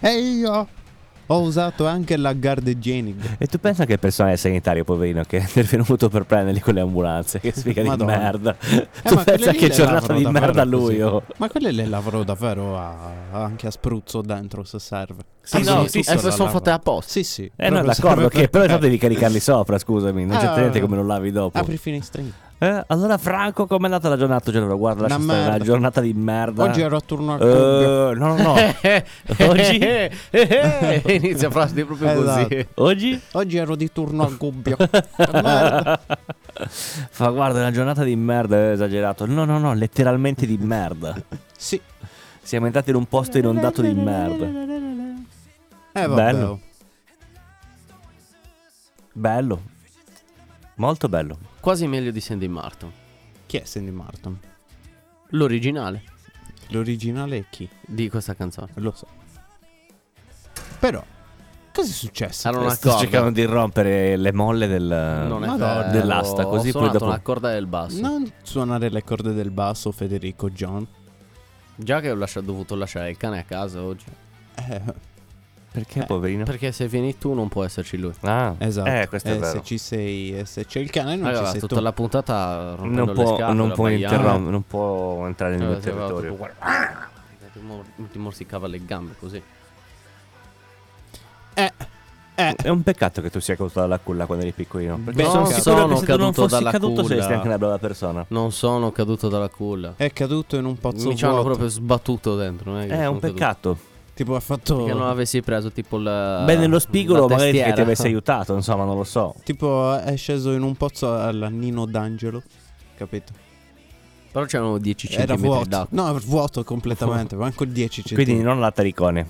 S4: E io oh, ho usato anche la guard Genic.
S6: E tu pensa anche il personale sanitario, poverino, che <laughs> è intervenuto per prenderli con le ambulanze. Che sfiga di
S4: Madonna. Eh,
S6: merda.
S4: ma
S6: tu
S4: quelle
S6: pensa
S4: lì
S6: che
S4: le
S6: giornata
S4: lavorano
S6: di
S4: davvero
S6: merda a lui.
S4: così.
S6: oh.
S4: Ma quelle le lavoro davvero a- anche a spruzzo dentro se serve. Ah,
S6: Sì, no, sì, sì,
S3: eh, sono fatte apposta.
S4: Sì, sì.
S6: Eh, no,
S4: proprio
S6: d'accordo,
S4: serve
S6: che
S4: per-
S6: però tanto devi caricarli sopra, scusami. Non c'è
S4: Ah.
S6: niente come lo lavi dopo.
S4: Apri i finestrini.
S6: Eh, allora, Franco, com'è andata la giornata? Oggi allora, guarda, lascia
S4: Una
S6: stare, una
S4: merda.
S6: giornata di merda.
S4: Oggi ero a turno al Eh. club.
S6: Eh, no, no, no.
S4: <laughs>
S6: Oggi?
S3: E Eh, Inizia a frasi proprio così.
S4: Esatto.
S6: Oggi?
S4: Oggi ero di turno al
S6: <laughs>
S4: gubbio. Merda.
S6: Fa, guarda, è una giornata di merda, è esagerato. No, no, no, letteralmente di <laughs> merda.
S4: sì.
S6: Siamo entrati in un posto inondato di merda.
S4: Eh, vabbè.
S6: Bello. Bello. Molto bello.
S3: Quasi meglio di Sandy Martin.
S4: Chi è Sandy Martin?
S3: L'originale
S4: L'originale è chi?
S3: di questa canzone.
S4: Lo so. Però, cosa è successo?
S3: Era una
S6: Sto cercando
S3: corda.
S6: di rompere le molle del,
S3: Non è
S4: Madonna.
S3: vero.
S6: Eh, dell'asta, così poi
S3: Ho suonato
S6: dopo...
S3: una corda del basso.
S4: Non suonare le corde del basso, Federico John.
S3: Già che ho lascia- dovuto lasciare il cane a casa oggi.
S4: Eh,
S6: Perché, poverino?
S3: Perché se vieni tu non può esserci lui.
S6: Ah,
S4: esatto.
S6: Eh, questo è
S4: Eh,
S6: vero.
S4: Se ci sei, eh, se c'è il cane, non
S3: Allora,
S4: ci sei
S3: tutta
S4: tu.
S3: la puntata rompendo
S6: Non può,
S3: le scatole.
S6: non, può
S3: abbaiando.
S6: interrom- non può entrare nel mio
S3: Eh, sì, va,
S6: territorio.
S3: tutto- Ah! Ti mor- Ti morsicava le gambe così.
S4: Eh, eh,
S6: è un peccato che tu sia caduto dalla culla quando eri piccolino. Perché
S4: Beh,
S6: sono
S4: non
S6: sicuro
S3: sono
S6: che se tu non
S3: caduto
S6: fossi
S3: dalla
S6: caduto saresti
S3: culla.
S6: anche una brava persona.
S3: Non sono caduto dalla culla.
S4: È caduto in un pozzo
S3: Mi ci hanno
S4: vuoto.
S3: proprio sbattuto dentro. non È, che
S6: È
S3: sono
S6: un
S3: caduto.
S6: peccato.
S4: Tipo ha
S3: Che non
S4: fatto
S3: avessi preso tipo Ehm, la.
S6: Beh, nello spigolo
S3: la
S6: magari che ti
S3: testiera.
S6: avesse aiutato, insomma, non lo so.
S4: Tipo è sceso in un pozzo alla Nino D'Angelo Capito?
S3: Però c'erano 10
S4: Era
S3: centimetri
S4: vuoto
S3: d'acqua.
S4: No vuoto completamente Manco 10
S6: Quindi
S4: centimetri
S6: non la taricone.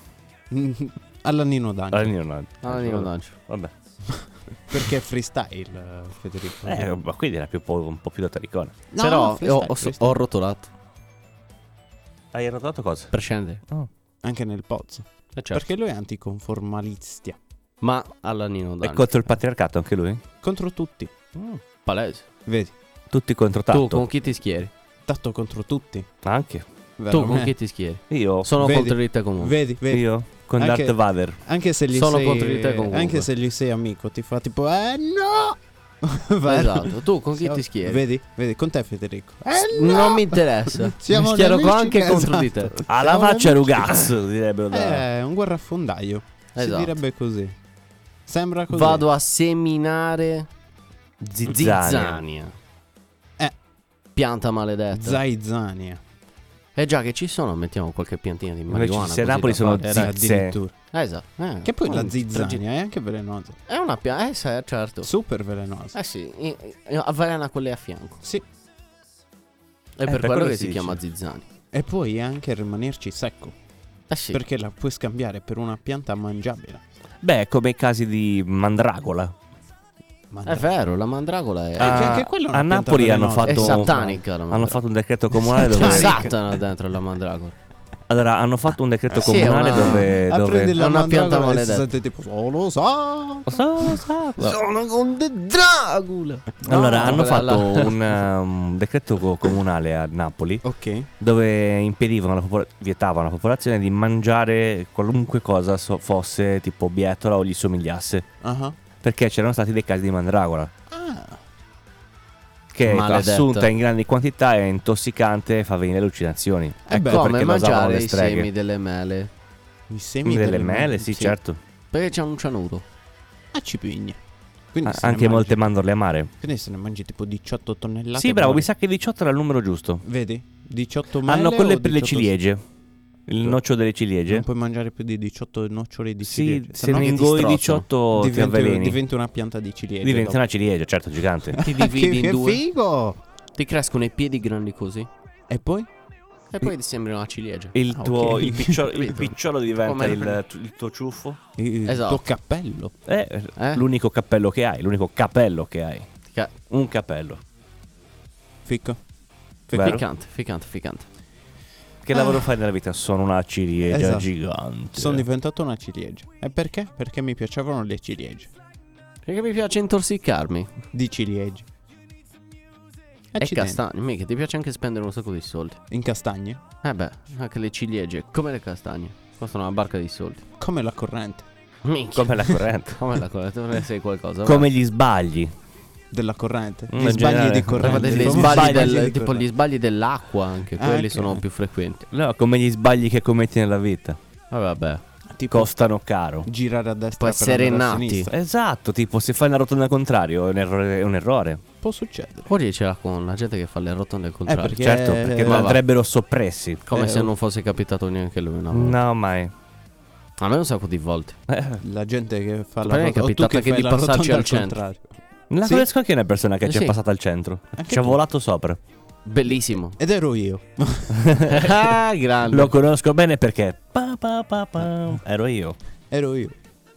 S4: Alla Nino D'Angelo
S6: Alla Nino
S3: Ah, io non lancio.
S6: Vabbè.
S4: Perché è freestyle eh, Federico
S6: Eh, ma quindi era più po- un po' più da taricone.
S4: No,
S3: Però
S4: no, freestyle,
S3: ho, ho-
S4: freestyle.
S3: ho rotolato.
S6: Hai rotato cosa?
S3: Per scendere.
S4: Anche nel pozzo
S3: Eh, certo.
S4: Perché lui è anticonformalista
S3: Ma alla Nino
S6: È
S3: D'Angelo.
S6: contro il patriarcato anche lui?
S4: Contro tutti
S3: Palese.
S4: Vedi
S6: Tutti contro
S3: Mm. Tu
S6: tanto.
S3: con chi ti schieri?
S4: Tatto contro tutti
S6: Anche.
S3: Tu con
S4: veramente.
S3: chi ti schieri?
S6: Io.
S3: Sono
S4: Vedi.
S3: contro di te comunque.
S4: Vedi vedi
S6: Io. Con
S4: Anche-
S6: Darth Vader.
S4: Anche se gli
S3: Sono
S4: sei
S3: contro di te comunque.
S4: Anche se gli sei amico Ti fa tipo Eh
S3: <laughs>
S4: no Vero?
S3: Esatto. Tu con chi ti schieri?
S4: Vedi, vedi, con te Federico. "Eh,
S3: S- Non
S4: <laughs>
S3: mi interessa.
S4: Siamo
S3: mi schiero
S4: nemici
S3: qua anche
S4: che-
S3: contro di te.
S4: esatto.
S6: Alla
S4: Siamo
S6: faccia
S4: amici.
S3: <laughs>
S6: rugazzo, direbbero
S3: Eh,
S6: da...
S4: È un guerrafondaio.
S3: Esatto.
S4: Si direbbe così. Sembra così.
S3: Vado a seminare
S6: Zizzania.
S3: zizzania.
S4: Eh.
S3: Pianta maledetta.
S4: Zaizzania.
S3: Eh già che ci sono, mettiamo qualche piantina di
S6: Invece
S3: marijuana.
S6: se
S3: così
S6: Napoli
S3: da
S6: sono
S3: fare.
S4: Eh,
S6: Zizze.
S4: addirittura.
S3: Eh, esatto. Eh,
S4: Che poi la
S3: un-
S4: zizzania è anche velenosa.
S3: È una pianta, eh sì, certo.
S4: Super velenosa.
S3: Eh sì, i- i- avvelena quelle a fianco.
S4: Sì.
S3: È
S6: Eh, per
S3: per quello
S6: quello
S3: che
S6: si
S3: si
S6: dice.
S3: chiama zizzani.
S4: E poi anche rimanerci secco.
S3: Eh sì.
S4: Perché la puoi scambiare per una pianta mangiabile.
S6: Beh, come i casi di Mandragola.
S3: È Eh,
S4: Mandra-
S3: vero, la mandragola è,
S4: Ah,
S6: a,
S4: che anche quella è una
S6: a
S4: pianta
S6: Napoli hanno
S4: velenosa.
S6: fatto,
S3: è satanica. La
S6: hanno
S3: mandragola.
S6: fatto un decreto
S3: <laughs>
S6: comunale
S3: C'è
S6: dove,
S3: Satana dentro la mandragola.
S6: allora, hanno fatto un decreto
S3: Sì, è
S6: comunale
S3: una-
S6: dove,
S4: Apri
S6: dove-
S4: della
S3: È una
S4: mandragola
S3: pianta
S4: e si
S3: maledetta.
S4: sente tipo "Oh, solo sa.
S6: Sa- sa-
S3: Sono con The Dragula.
S6: allora hanno
S3: quella-
S6: fatto
S3: la-
S6: un um, decreto co- comunale a Napoli
S4: Ok.
S6: dove impedivano alla popola- vietavano alla popolazione di mangiare qualunque cosa so- fosse tipo bietola o gli somigliasse
S4: Ah.
S6: perché c'erano stati dei casi di mandragola
S4: Ah.
S6: che
S3: Maledetta.
S6: assunta in grandi quantità è intossicante e fa venire le allucinazioni
S4: Eh beh,
S6: ecco
S3: Come
S6: perché la usavano
S3: mangiare
S6: le
S3: i
S6: streghe
S3: semi delle mele?
S4: I semi
S6: delle mele sì, certo
S3: Perché c'è un cianuro.
S4: A cipigne. Quindi
S6: Ah,
S4: se ne
S6: anche
S4: mangi-
S6: molte mandorle amare.
S4: Quindi se ne mangi tipo 18 tonnellate.
S6: Sì, bravo,
S4: buone.
S6: mi sa che 18 era il numero giusto.
S4: Vedi? 18 mele
S6: Hanno
S4: o
S6: quelle per le
S4: 18
S6: ciliegie. Il noccio delle ciliegie.
S4: Non puoi mangiare più di 18 nocciole di
S6: Sì,
S4: ciliegie.
S6: se
S4: no
S6: ne ingoi 18 ti
S4: diventi,
S6: avveleni.
S4: diventi una pianta di ciliegie.
S6: Diventa
S4: dopo.
S6: una ciliegia, certo, <laughs> gigante.
S3: Ti
S4: Ah, <laughs> che,
S3: dividi in
S4: che
S3: due.
S4: figo!
S3: Ti crescono i piedi grandi così.
S4: E poi?
S3: E poi ti sembra una ciliegia.
S6: Il
S4: Ah,
S6: tuo
S4: ok.
S6: il picciolo, il
S3: Capito.
S6: picciolo diventa
S3: Come-
S6: il, il tuo ciuffo.
S4: Il
S3: Esatto.
S4: tuo cappello.
S6: Eh,
S3: Eh?
S6: l'unico cappello che hai, l'unico capello che hai.
S3: Ca-
S6: Un cappello.
S4: Fico.
S6: Vero.
S3: Ficcante, ficcante, ficcante.
S6: Che
S3: Ah.
S6: lavoro fai nella vita? Sono una ciliegia
S4: Esatto.
S6: gigante.
S4: Sono diventato una ciliegia. E perché? Perché mi piacevano le ciliegie.
S3: Perché mi piace intorsicarmi.
S4: Di ciliegie.
S3: E
S4: Accidenti.
S3: castagne. Mica, ti piace anche spendere un sacco di soldi.
S4: In castagne.
S3: Eh beh, anche le ciliegie, come le castagne, costano una barca di soldi.
S4: Come la corrente.
S3: Minchia.
S6: Come
S3: <laughs>
S6: la corrente.
S3: Come la cosa? Tu ne sei qualcosa.
S6: Come gli sbagli.
S4: Della corrente.
S6: Mm,
S4: Gli
S6: in generale.
S4: sbagli di
S3: va. Ma
S4: corrente.
S3: degli
S4: Gli
S3: sbagli del-
S4: di
S3: tipo
S4: corrente.
S3: gli sbagli dell'acqua, anche
S4: Ah,
S3: quelli
S4: ok.
S3: sono più frequenti.
S6: No, come gli sbagli che commetti nella vita.
S3: Vabbè, vabbè.
S4: Tipo
S6: Costano caro.
S4: girare a destra per
S3: Può
S4: andare
S3: essere
S4: a
S3: nati.
S4: sinistra.
S6: Esatto, tipo se fai una rotonda al contrario è un errore. È un errore.
S4: Può succedere.
S3: Oggi ce l'ha con la gente che fa le rotonde al
S4: Eh,
S3: contrario.
S4: perché,
S6: Certo, perché
S3: va, va.
S6: andrebbero soppressi.
S3: Come
S4: eh,
S3: se non fosse capitato neanche lui una volta.
S6: No, mai. Eh,
S3: A me un sacco di volte.
S4: la gente che fa
S3: Ma
S4: la
S3: è
S4: rotonda o tu
S3: capitato
S4: che
S3: anche
S4: fai
S3: di
S4: la
S3: passarci
S4: rotonda
S3: al
S4: al
S3: centro.
S4: contrario.
S6: La
S4: Sì.
S6: conosco anche una persona che
S3: Eh,
S6: ci è
S3: sì.
S6: passata al centro.
S4: Anche
S6: Ci ha
S4: tu.
S6: volato sopra. <laughs>
S3: Bellissimo.
S4: Ed ero io. <laughs>
S3: ah, grande.
S6: Lo conosco bene perché. pa, pa, pa, pa, ero io.
S4: Ero io.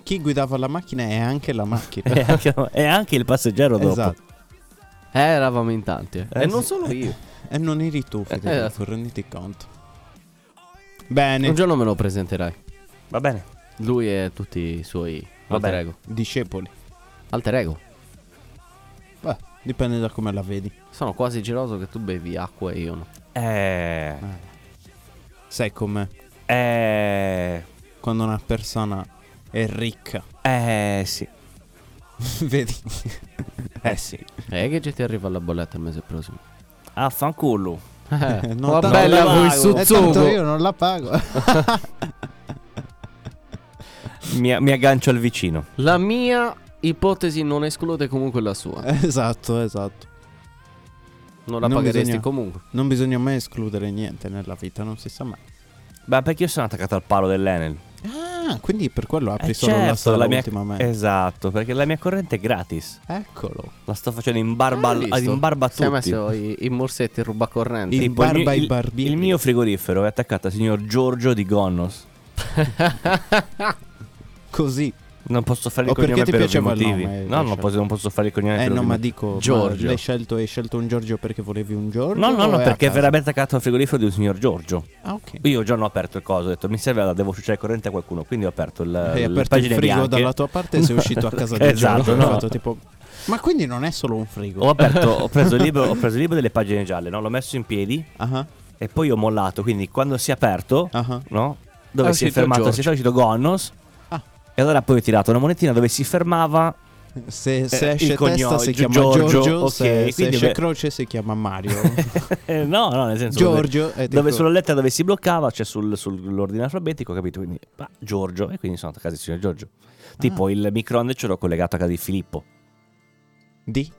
S4: Chi guidava la macchina è anche la
S3: <laughs>
S4: macchina.
S6: E anche, e anche il passeggero dopo.
S4: esatto.
S3: Eh, eravamo in tanti. eh.
S6: Eh,
S3: e non
S6: sì.
S3: sono io.
S4: E non eri tu, Federico,
S3: esatto.
S4: renditi conto. Bene,
S3: Un giorno me lo presenterai.
S6: Va bene.
S3: Lui e tutti i suoi
S6: Va
S3: alter
S6: bene.
S3: ego.
S4: discepoli.
S3: Alter ego.
S4: Beh, dipende da come la vedi.
S3: Sono quasi geloso che tu bevi acqua e io no.
S6: Eh.
S4: Sai com'è
S6: Eh.
S4: quando una persona è ricca. <laughs>
S6: Eh sì.
S4: vedi?
S6: Eh sì.
S3: Eh, che già ti arriva la bolletta il mese
S6: <laughs>
S3: prossimo.
S6: Affanculo.
S3: Eh,
S4: non
S3: va
S4: tanto
S3: bella
S4: la
S3: voi
S4: pago. Eh, tanto
S3: suzzugo.
S4: io non la pago.
S6: Mi, mi aggancio al vicino.
S3: La mia ipotesi non esclude comunque la
S6: Eh,
S3: sua.
S4: <laughs> Esatto, esatto.
S3: Non la
S4: Non
S3: pagheresti
S4: bisogna.
S3: comunque.
S4: Non bisogna mai escludere niente nella vita, non si sa mai.
S6: Beh, perché io sono attaccato al palo dell'Enel.
S4: Ah, quindi per quello apri
S6: Eh,
S4: solo la
S6: certo,
S4: strada
S6: la mia-
S4: ultimamente.
S6: Esatto, perché la mia corrente è gratis.
S4: Eccolo.
S6: La sto facendo in barba,
S3: Ah,
S6: al-
S3: visto.
S6: in barba a
S3: Sei
S6: tutti.
S3: messo i, i morsetti rubacorrente.
S4: In
S6: Tipo, il mio-
S4: barba ai
S6: il-
S4: barbieri.
S6: Il mio frigorifero è attaccato al signor Giorgio di Gonnos.
S4: Così.
S6: Non posso fare il
S4: Oh, perché
S6: cognome
S4: ti
S6: per ovvi
S4: piaceva il
S6: motivi.
S4: nome,
S6: no, non
S4: Giorgio?
S6: posso, non posso fare il cognome
S4: eh
S6: per
S4: no,
S6: ovvi
S4: ma
S6: motivi.
S4: dico... ma
S3: Giorgio.
S4: l'hai scelto, hai scelto un Giorgio perché volevi un Giorgio?
S6: No, no,
S4: o
S6: no,
S4: è a
S6: perché è
S4: caso?
S6: veramente attaccato al frigorifero di un signor Giorgio.
S4: Ah, ok.
S6: Io già non ho aperto il coso, ho detto mi serve la devo succedere corrente a qualcuno, quindi ho aperto il,
S4: Hai
S6: le
S4: aperto il
S6: eh, pagine
S4: frigo
S6: bianche.
S4: dalla tua parte e
S6: <laughs>
S4: sei uscito a casa di
S6: Esatto,
S4: Giorgio.
S6: no. Oh.
S4: hai fatto tipo- Ma quindi non è solo un frigo.
S6: Ho aperto, ho preso
S4: <laughs>
S6: il libro, ho preso il libro delle pagine gialle, no? L'ho messo in piedi
S4: Ah,
S6: e poi ho mollato, quindi quando si è aperto,
S4: ah.
S6: no? Dove
S3: È
S6: si è
S3: uscito
S6: fermato,
S3: Giorgio.
S6: si è uscito Gonnos.
S4: Ah.
S6: E allora poi ho tirato una monetina dove si fermava
S4: Se, se
S6: Eh,
S4: esce
S6: il cognome,
S4: testa si
S6: Gio-
S4: chiama Giorgio,
S6: Giorgio,
S4: se-
S6: ok,
S4: se,
S6: quindi
S4: esce
S6: beh-
S4: croce si chiama
S6: <laughs>
S4: Mario.
S6: Eh, no, no, nel senso
S4: Giorgio
S6: dove,
S4: è
S6: dove
S4: tipo-
S6: sulla lettera dove si bloccava, cioè sul- sull'ordine alfabetico, capito? Quindi ah, Giorgio e quindi sono attaccato al signor Giorgio. Tipo il microonde ce l'ho collegato a casa di Filippo
S4: di?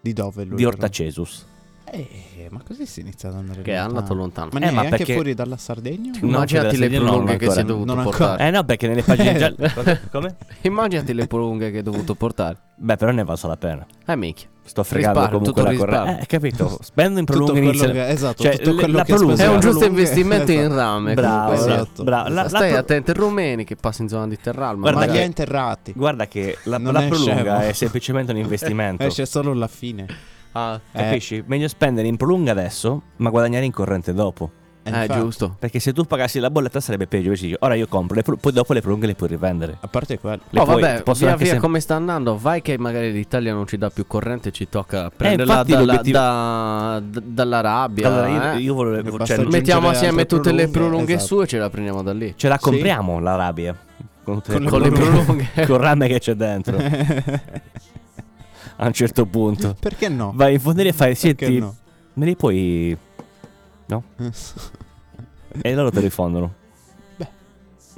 S4: Di dove lui?
S6: di
S4: però?
S6: Ortacesus.
S4: Eh, ma così si inizia ad andare
S3: Che è andato lontano.
S4: Ma
S6: Eh, ma
S4: neanche
S6: perché-
S4: fuori dalla Sardegna?
S6: No,
S3: Immaginati
S6: c'era
S3: le
S6: segno- no,
S3: prolunghe
S6: non
S3: che si è
S6: ancora,
S3: dovuto
S4: non ancora.
S3: portare.
S6: Eh no, perché nelle pagine gialle Come?
S3: Immaginati le prolunghe che hai dovuto portare.
S6: Beh, però ne è valsa la pena.
S3: Eh, minchia.
S6: Sto fregando
S3: Risparmio,
S6: comunque
S3: tutto
S6: la corrente.
S3: risparmio.
S6: Eh, capito? Spendo in
S4: tutto
S6: prolunghe
S4: quello
S6: iniziale.
S4: che, esatto,
S6: Cioè,
S4: tutto
S6: le-
S4: quello
S6: la
S4: che speso
S3: È un
S4: per
S3: giusto
S4: prolunghe,
S3: investimento in
S4: esatto.
S3: rame.
S6: Bravo,
S3: comunque,
S4: sì.
S3: eh.
S4: esatto.
S6: bravo. La- la
S3: Stai
S6: pro-
S3: attento ai rumeni che passi in zona di Terralma.
S6: Guarda
S4: Ma
S3: magari.
S4: li ha
S6: che-
S4: interrati.
S6: Guarda che la,
S4: Non
S6: la
S4: è scemo.
S6: prolunga è semplicemente un
S4: <laughs>
S6: investimento.
S4: Esce solo alla fine.
S3: Ah,
S4: Eh,
S6: Capisci? Meglio spendere in prolunga adesso, ma guadagnare in corrente dopo.
S4: eh,
S3: eh,
S4: infatti,
S3: giusto.
S6: Perché se tu pagassi la bolletta sarebbe peggio. Invece dici, ora io compro, le pro- poi dopo le prolunghe le puoi rivendere.
S4: A parte quello.
S6: Le
S4: <laughs>
S3: oh,
S6: puoi-
S3: vabbè,
S6: possono
S3: via
S6: anche
S3: via
S6: sem-
S3: come sta andando. Vai che magari l'Italia non ci dà più corrente, ci tocca prenderla
S6: Eh, infatti
S3: dalla-
S6: l'obiettivo-
S3: da- d- dall'Arabia.
S6: Allora,
S3: eh.
S6: io, io
S4: Ne
S6: volevo.
S4: basta
S6: Cioè,
S4: il
S6: me-
S3: Mettiamo
S4: aggiungere
S3: assieme
S4: altre
S3: tutte le
S4: prolunghe,
S3: prolunghe
S4: esatto.
S3: su e ce la prendiamo da lì. Cioè,
S6: ce la
S4: Sì.
S6: compriamo la rabbia. Con, tutte le-
S3: Con
S6: <laughs>
S3: le prolunghe.
S6: col rame che c'è dentro.
S4: <laughs>
S6: A un certo punto.
S4: Perché no?
S6: Vai in fonderia e fai. Senti,
S4: Perché no?
S6: me li puoi. E loro te rifondono.
S4: Beh.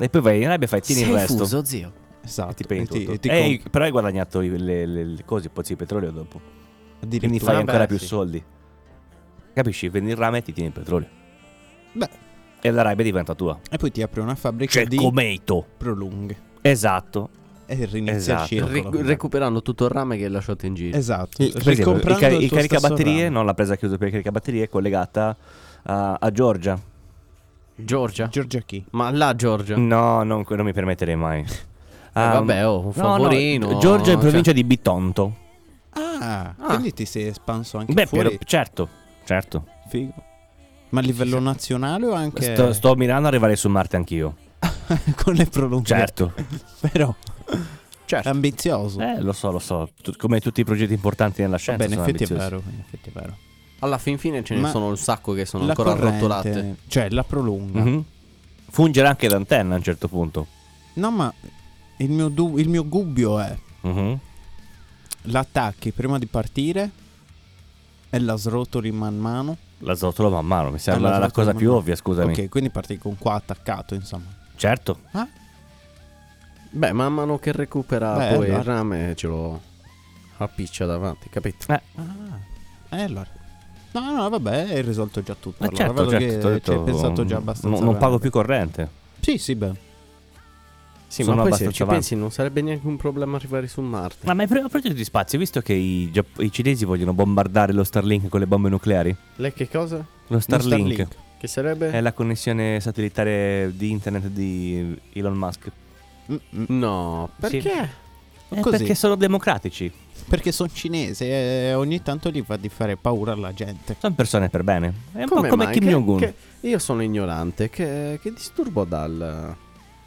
S6: E poi vai in rabbia e fai tieni il
S3: Sei
S6: resto.
S3: fuso, zio.
S4: <laughs> Esatto.
S6: E ti prendi
S4: e ti-
S6: tutto.
S4: e ti
S6: Ehi,
S4: compri
S6: Eh, però hai guadagnato i- le, le- le cose, i pozzi di petrolio dopo. Quindi
S4: addirittura.
S6: fai
S3: Vabbè,
S6: ancora più
S3: sì.
S6: soldi. Capisci? Vendi il rame e ti tieni il petrolio.
S4: Beh,
S6: E la rabbia diventa tua.
S4: e poi ti apri una fabbrica
S6: C'è
S4: di
S6: cometo.
S4: prolunghe.
S6: Esatto.
S4: E rinizia
S6: Esatto.
S4: il
S3: Ri-
S4: circolo.
S3: recuperando tutto il rame che hai lasciato in giro.
S4: Esatto.
S6: Per esempio, il,
S4: Ricomprando
S6: cari-
S4: il
S6: il
S4: tuo
S6: caricabatterie,
S4: stesso
S6: non l'ha presa chiusa per il caricabatterie, è collegata a, a Giorgia.
S3: Giorgia?
S4: ramo. Giorgia chi?
S3: Ma là Giorgia?
S6: No, non, non mi permetterei mai. Ah,
S3: vabbè, oh, un
S6: no, no,
S3: favorino.
S6: Giorgia è in
S3: cioè-
S6: provincia di Bitonto.
S4: Ah,
S3: Ah.
S4: quindi ti sei espanso anche
S6: Beh,
S4: fuori.
S6: per- certo, certo.
S4: Figo. Ma a livello nazionale o anche
S6: Sto, sto mirando ad arrivare su Marte anch'io.
S4: <laughs> con le prolunghe?
S6: Certo.
S4: Però
S3: Certo.
S4: ambizioso.
S6: Eh, lo so, lo so. Tut- come tutti i progetti importanti nella
S4: Va
S6: scienza.
S4: bene, in
S6: sono
S4: effetti è
S6: ambiziosi.
S4: vero, in effetti è vero.
S3: Alla fin fine ce ne
S4: Ma-
S3: sono un sacco che sono
S4: la
S3: ancora
S4: corrente,
S3: arrotolate.
S4: cioè la prolunga.
S6: Mhm. Fungerà anche l'antenna a un certo punto.
S4: No, ma il mio, du- il mio dubbio è
S6: Mhm.
S4: l'attacchi prima di partire e la srotoli man mano.
S6: La srotolo man mano, mi
S4: Eh, la
S6: sembra Cioè, la,
S4: srotolo
S6: cosa
S4: man
S6: più
S4: mano.
S6: ovvia, scusami.
S4: Ok, quindi parti con qua attaccato, insomma. Ah,
S6: Certo.
S3: Beh, man mano che recupera
S4: Beh,
S3: poi
S4: allora.
S3: il rame ce lo appiccia davanti, capito?
S6: Eh,
S4: Ah, e allora. No, no, vabbè, hai risolto già tutto.
S6: Ma
S4: allora,
S6: certo,
S4: vedo
S6: certo,
S4: che
S6: t'ho
S4: ci hai
S6: detto,
S4: pensato già
S6: mm,
S4: abbastanza.
S6: non- non pago
S4: bene.
S6: più corrente.
S4: Sì, sì, beh.
S3: Sì,
S6: Sono
S3: ma poi se
S6: abbastanza
S3: ci
S6: avanti.
S3: pensi non sarebbe neanche un problema arrivare su Marte.
S6: Ma, ma a proposito di spazio, hai visto che i, giap- i cinesi vogliono bombardare lo Starlink con le bombe nucleari?
S3: Lei che cosa?
S6: Lo Starlink,
S4: Starlink.
S3: Che sarebbe?
S6: è la connessione satellitare di internet di Elon Musk.
S4: Mm, mm.
S3: No, perché?
S6: Eh,
S4: Così.
S6: perché sono democratici,
S4: Perché sono cinese e ogni tanto gli fa di fare paura alla gente.
S6: sono persone per bene. È un po' come
S3: mai?
S6: Kim
S3: Che-
S6: Jong-un.
S3: che- Io sono ignorante. Che, che disturbo dal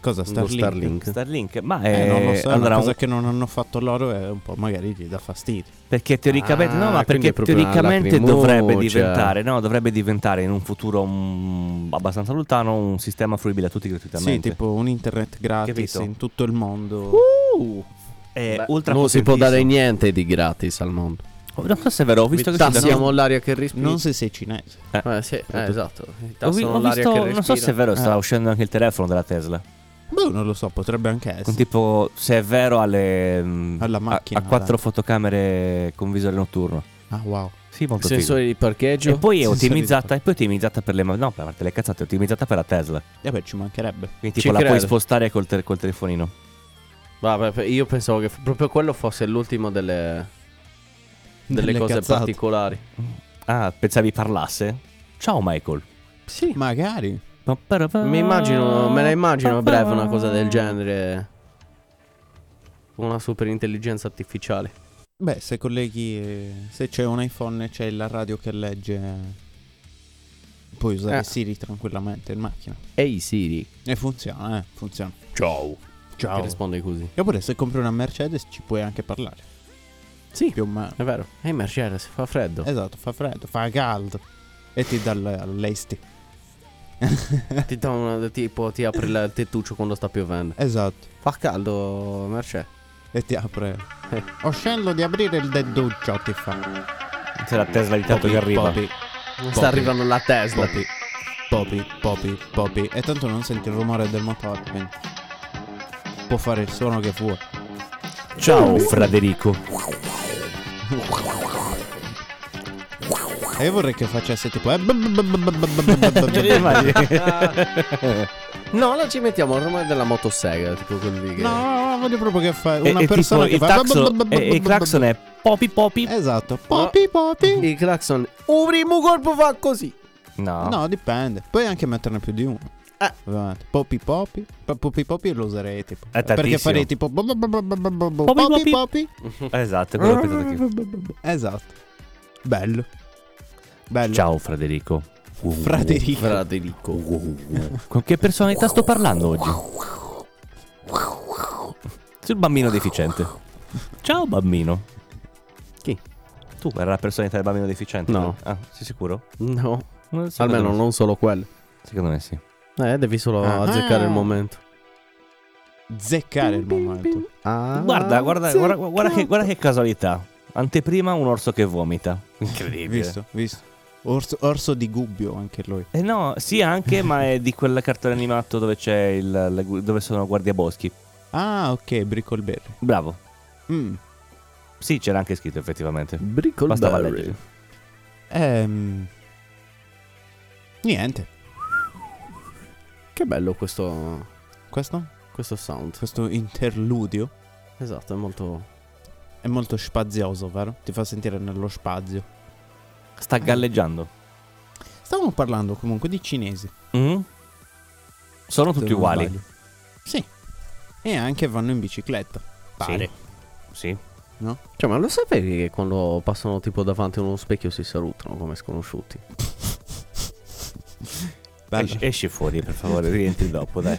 S4: Cosa
S3: Starlink?
S4: Starlink?
S3: Starlink.
S6: Starlink, ma
S4: Eh,
S6: è
S4: non lo so,
S6: allora,
S4: una cosa
S6: un-
S4: che non hanno fatto loro è un po' magari gli dà fastidio.
S6: perché teoricamente no,
S3: Ah,
S6: ma
S3: quindi
S6: perché
S3: è proprio una
S6: teoricamente dovrebbe
S3: lacrimuccia.
S6: diventare, no, dovrebbe diventare in un futuro mm, abbastanza lontano un sistema fruibile a tutti
S4: Sì,
S6: gratuitamente.
S4: tipo un internet gratis
S6: Capito?
S4: in tutto il mondo.
S3: Uh,
S6: È
S3: beh,
S6: Eh, ultra
S3: non si può
S6: potentissimo.
S3: dare niente di gratis al mondo.
S6: Non so se è vero, ho visto che si
S3: tassiamo l'aria che respira.
S4: Non se sei cinese.
S3: Eh, sì, eh, esatto.
S6: Ho vi-
S3: Tassano
S6: ho
S3: l'aria
S6: visto-
S3: che
S6: non so
S3: respira.
S6: se è vero,
S4: Eh.
S6: sta uscendo anche il telefono della Tesla.
S4: Boh, non lo so, potrebbe anche
S6: Un
S4: essere.
S6: tipo, se è vero, alle. mm,
S4: Alla
S6: a-
S4: macchina,
S6: A, quattro
S4: dai.
S6: fotocamere con visore notturno.
S4: Ah, wow.
S6: Sì, molto figo.
S3: Sensori di parcheggio.
S6: E poi è
S4: Sensori di-
S6: ottimizzata. E poi è ottimizzata per le. ma- No, per le cazzate, è ottimizzata per la Tesla.
S4: E beh, ci mancherebbe.
S6: Quindi,
S3: Ci
S6: tipo, la puoi
S3: credo.
S6: spostare col, te- col telefonino.
S3: Vabbè, io pensavo che f- proprio quello fosse l'ultimo delle, delle cose
S4: cazzate.
S3: particolari.
S6: Ah, pensavi parlasse? Ciao, Michael.
S3: Sì.
S4: Magari.
S3: Mi immagino, me la immagino a breve una cosa del genere. Una super intelligenza artificiale.
S4: Beh, se colleghi. eh, Se c'è un iPhone e c'è la radio che legge. eh, Puoi usare
S3: Eh.
S4: Siri tranquillamente in macchina.
S3: Ehi Siri.
S4: E funziona, eh. Funziona.
S3: Ciao. Che
S4: Ciao.
S3: risponde così.
S4: E oppure se compri una Mercedes ci puoi anche parlare.
S3: Sì.
S4: Più o meno.
S3: È vero. Ehi Mercedes, fa freddo.
S4: Esatto, fa freddo, fa caldo. E ti dà l- l'esti.
S3: Ti dà una, tipo, ti apre la- il tettuccio quando sta piovendo.
S4: Esatto.
S3: Fa caldo, Merce.
S4: E ti apre.
S3: Eh.
S4: Ho scelto di aprire il deduccio, ti fa.
S6: C'è la Tesla di tanto che arriva.
S4: Popi, Boh.
S3: Sta arrivando la Tesla.
S4: popi, popi, popi, popi. E tanto non senti il rumore del motore, quindi. Può fare il suono che vuoi.
S6: Ciao, Federico.
S4: E io vorrei che facesse tipo. eh, bu- bu- bu- bu- bu- bu- bu- bu- bu- bu-
S3: No, la ci mettiamo al rumore della motosega. Tipo quelli che.
S4: No, voglio proprio che fa. Una
S6: e,
S4: persona
S6: tipo, il,
S4: che fa. bu- bu- bu-
S6: taxon,
S4: bu-
S6: e, e il
S4: bu-
S6: clacson è popi popi.
S4: Esatto. Popi, popi.
S3: Il clacson. Un primo colpo fa così.
S6: No.
S4: No, dipende. Puoi anche metterne più di uno.
S3: Eh.
S4: Ovviamente. Popi popi. Po- Popi popi lo userei tipo.
S6: È
S4: Perché
S6: tantissimo.
S4: farei tipo. bu- bu- bu- bu- bu- bu- bu- bu-
S5: Popi,
S4: Popi
S5: popi.
S4: popi.
S6: Esatto, è quello che ho pensato anch'io.
S4: Esatto. Bello. Bello.
S6: Ciao, Federico.
S4: Frateri.
S3: Fratelico.
S6: Con che personalità sto parlando oggi? Sul bambino deficiente. Ciao bambino.
S3: Chi?
S6: Tu era la personalità del bambino deficiente?
S3: No.
S6: Ah, sei sicuro?
S3: No.
S6: Non so,
S3: Almeno
S6: secondo me
S3: non solo quello.
S6: sì. Secondo me sì.
S3: Eh, devi solo
S4: Ah.
S3: azzeccare il momento.
S4: Zeccare il momento.
S3: Ah,
S6: Guarda, guarda, guarda, guarda che, guarda che casualità. Anteprima un orso che vomita. Incredibile.
S4: Visto, visto. Orso, orso di Gubbio anche lui.
S6: Eh no, sì anche, ma è di quel cartone animato dove c'è il... le gu- dove sono guardiaboschi.
S4: Ah, ok, Bricolberry.
S6: Bravo.
S4: Mm.
S6: Sì, c'era anche scritto effettivamente. Bastava
S3: Brickleberry.
S6: leggere.
S4: Ehm. Niente.
S3: Che bello questo.
S4: Questo?
S3: Questo sound.
S4: Questo interludio
S3: Esatto, è molto.
S4: è molto spazioso, vero? Ti fa sentire nello spazio.
S6: Sta galleggiando.
S4: Stavamo parlando comunque di cinesi.
S6: Mm? Sono
S4: se
S6: tutti
S4: non
S6: uguali.
S4: sbaglio. Sì. E anche vanno in bicicletta. Pare. <laughs>
S6: Sì.
S3: Cioè, ma lo sapevi che quando passano tipo davanti a uno specchio si salutano come sconosciuti?
S4: Bello.
S6: Esci, esci fuori, per favore, rientri dopo, dai.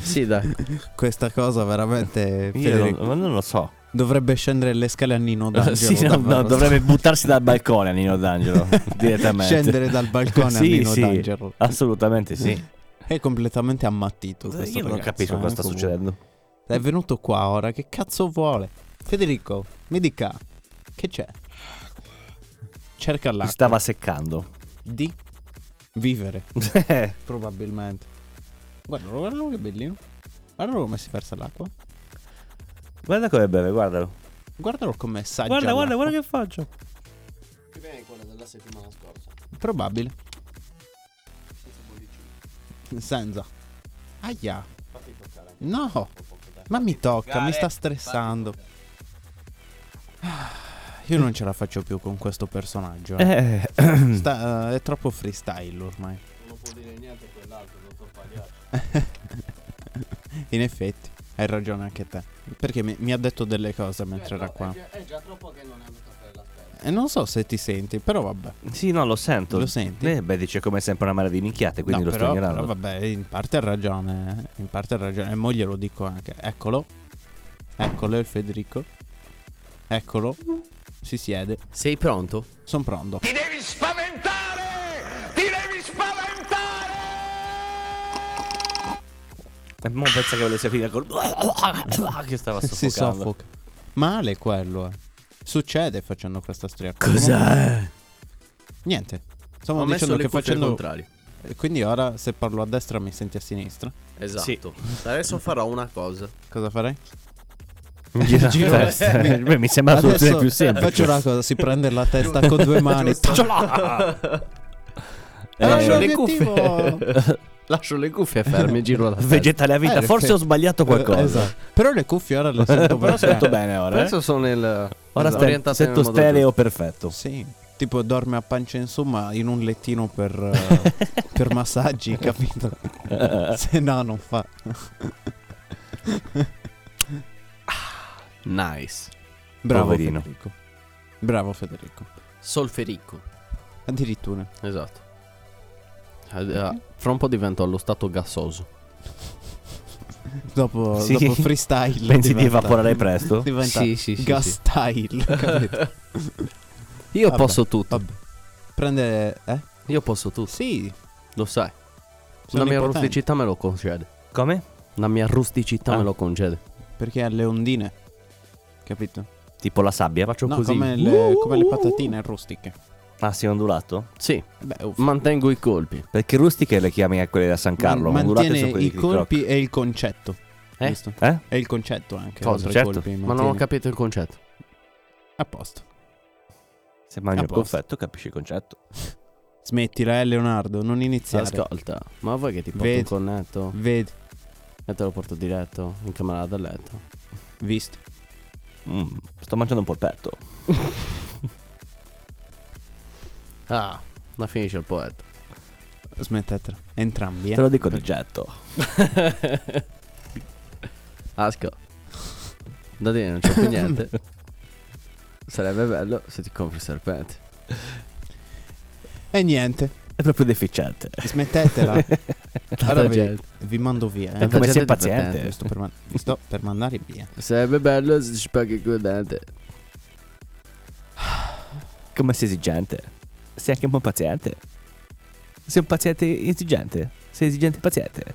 S3: Sì, dai.
S4: Questa cosa veramente
S6: Io non,
S4: Federico,
S6: ma non lo so.
S4: dovrebbe scendere le scale a Nino
S6: Eh, <laughs>
S4: D'Angelo.
S6: Sì, no, no,
S4: davvero.
S6: dovrebbe buttarsi dal balcone a Nino D'Angelo, direttamente.
S4: Scendere
S6: <laughs>
S4: dal balcone
S6: Sì,
S4: a Nino
S6: sì.
S4: D'Angelo.
S6: Assolutamente sì.
S4: È completamente ammattito questo
S6: Eh, Io non
S4: ragazzo,
S6: capisco
S4: eh,
S6: cosa sta
S4: comunque.
S6: succedendo.
S4: È venuto qua ora, che cazzo vuole? Federico, mi dica, che c'è? Cerca
S6: Mi
S4: l'acqua
S6: stava seccando. <laughs>
S4: di vivere,
S6: Eh,
S4: probabilmente. Guardalo, guardalo che bellino. Guardalo come si versa l'acqua.
S6: guarda come beve, guardalo.
S4: Guardalo come assaggia
S5: Guarda, guarda,
S4: l'acqua.
S5: guarda che faccio.
S3: quella della settimana scorsa.
S4: Probabile. Senza. Aia. No. Ma mi tocca, mi sta stressando. Ah, Io non ce la faccio più con questo personaggio. eh.
S6: Eh,
S4: Sta- eh, è troppo freestyle ormai.
S3: Non può dire niente quell'altro, non può sbagliare.
S4: <laughs> In effetti, hai ragione anche te. Perché mi, mi ha detto delle cose mentre era qua.
S3: È già troppo che non è andato a fare la
S4: E non so se ti senti, però vabbè.
S6: sì, no, lo sento.
S4: Lo senti?
S6: Eh, beh, dice come sempre una marea di minchiate, quindi
S4: No,
S6: lo sto
S4: però, però
S6: ignorando.
S4: vabbè, in parte ha ragione. eh. In parte ha ragione. E mo glielo dico anche. Eccolo. Eccolo il Federico. Eccolo. Si siede.
S3: Sei pronto?
S4: Sono
S6: <laughs>
S4: pronto.
S2: Ti devi spaventare! Ti devi spaventare!
S6: E Eh, mo pensa che volesse finire
S4: <coughs>
S6: col... che stava soffocando.
S4: Si soffoca. Male quello, eh. Succede facendo questa striacca. Niente. Stavo
S3: Ho messo
S4: dicendo
S3: le
S4: che
S3: cuffie al
S4: facendo
S3: contrario.
S4: E Quindi ora se parlo a destra mi senti a sinistra.
S6: Esatto.
S3: Esatto. Adesso farò una <laughs> cosa.
S4: Cosa farei?
S6: Gira
S4: <laughs> Giro-
S6: la testa. Beh, mi sembra la soluzione
S4: Adesso
S6: più semplice.
S4: Faccio una cosa, si prende la testa con
S6: <laughs>
S4: due mani.
S6: Ce l'ha!
S4: Eh,
S3: Lascio le
S4: l'obiettivo-
S3: cuffie. Lascio le cuffie e fermi, giro la testa.
S6: Vegetale a vita.
S4: Eh,
S6: Forse
S4: sì.
S6: ho sbagliato qualcosa.
S4: Eh, esatto. Però le cuffie ora le
S6: <laughs>
S4: sento
S6: Però sento
S4: perfette.
S6: bene ora. eh.
S3: Adesso sono nel
S6: Ora
S3: esatto.
S6: stai
S3: orientato nel
S6: setto
S3: modo
S6: stereo perfetto.
S4: Sì, tipo dorme a pancia in su, ma in un lettino
S6: <laughs>
S4: per, eh, per massaggi, capito? Se no non fa.
S3: giusto. Nice.
S4: Bravo
S6: Poverino.
S4: Federico. Bravo Federico.
S3: Solferico.
S4: Addirittura.
S3: Esatto. Eh, eh, Fra un po' divento allo stato gassoso.
S4: Dopo,
S6: <laughs> Sì.
S4: dopo freestyle.
S6: Pensi di
S4: diventa-
S6: evaporare presto?
S4: Diventa
S3: Sì, sì, sì,
S4: gas
S3: sì.
S4: style.
S6: <laughs>
S4: capito?
S3: Io
S4: Vabbè,
S3: posso tutto.
S4: Vabbè. Prende... Eh?
S3: Io posso tutto.
S4: Sì.
S3: Lo sai.
S4: Sono
S3: la mia
S4: impotente.
S3: rusticità me lo concede.
S6: Come?
S3: La mia rusticità
S6: Ah.
S3: me lo concede.
S4: Perché ha le ondine. Capito?
S6: Tipo la sabbia, faccio
S4: no,
S6: così. Uh!
S4: come le, come le patatine rustiche.
S6: Ah, sì, ondulato?
S3: Sì,
S4: Beh, uff.
S3: mantengo i colpi.
S6: Perché rustiche le chiami a quelle da San Carlo, ma
S4: Man-
S6: ondulate
S4: mantiene
S6: sono quelli
S4: i
S6: di colpi.
S4: colpi e il concetto.
S3: Eh?
S4: Giusto?
S6: Eh?
S4: È il concetto anche.
S6: Cosa,
S4: oltre ai
S6: certo.
S4: colpi,
S3: Ma non ho
S4: mantieni.
S3: capito il concetto.
S4: A posto.
S6: Se mangi
S4: A
S6: un
S4: posto.
S6: confetto capisci il concetto.
S4: Smettila, eh, Leonardo. Non iniziare.
S3: Ascolta, ma vuoi che ti porto
S4: Vedi.
S3: un cornetto
S4: Vedi,
S3: e te lo porto diretto in camera da letto?
S4: visto.
S6: Mm, sto mangiando un polpetto.
S4: Eh,
S3: Ah, ma finisce il poeta.
S4: Smettetela. Entrambi, eh.
S6: Te lo dico di getto.
S3: <laughs> Asco. Da dire non c'è più niente. Sarebbe bello se ti compri il serpente.
S6: <laughs>
S4: E niente.
S6: È proprio deficiente.
S4: Smettetela.
S6: <laughs>
S4: Allora vi,
S3: gente.
S4: vi mando via.
S3: Tanta
S4: Eh.
S6: Come sei
S3: gente
S4: Vi
S6: paziente.
S4: sto per, man- vi sto per mandare via.
S3: Sarebbe bello se ti spacchi quel dente.
S6: Come sei esigente. Sei anche un buon paziente. Sei un paziente esigente. Sei esigente e paziente.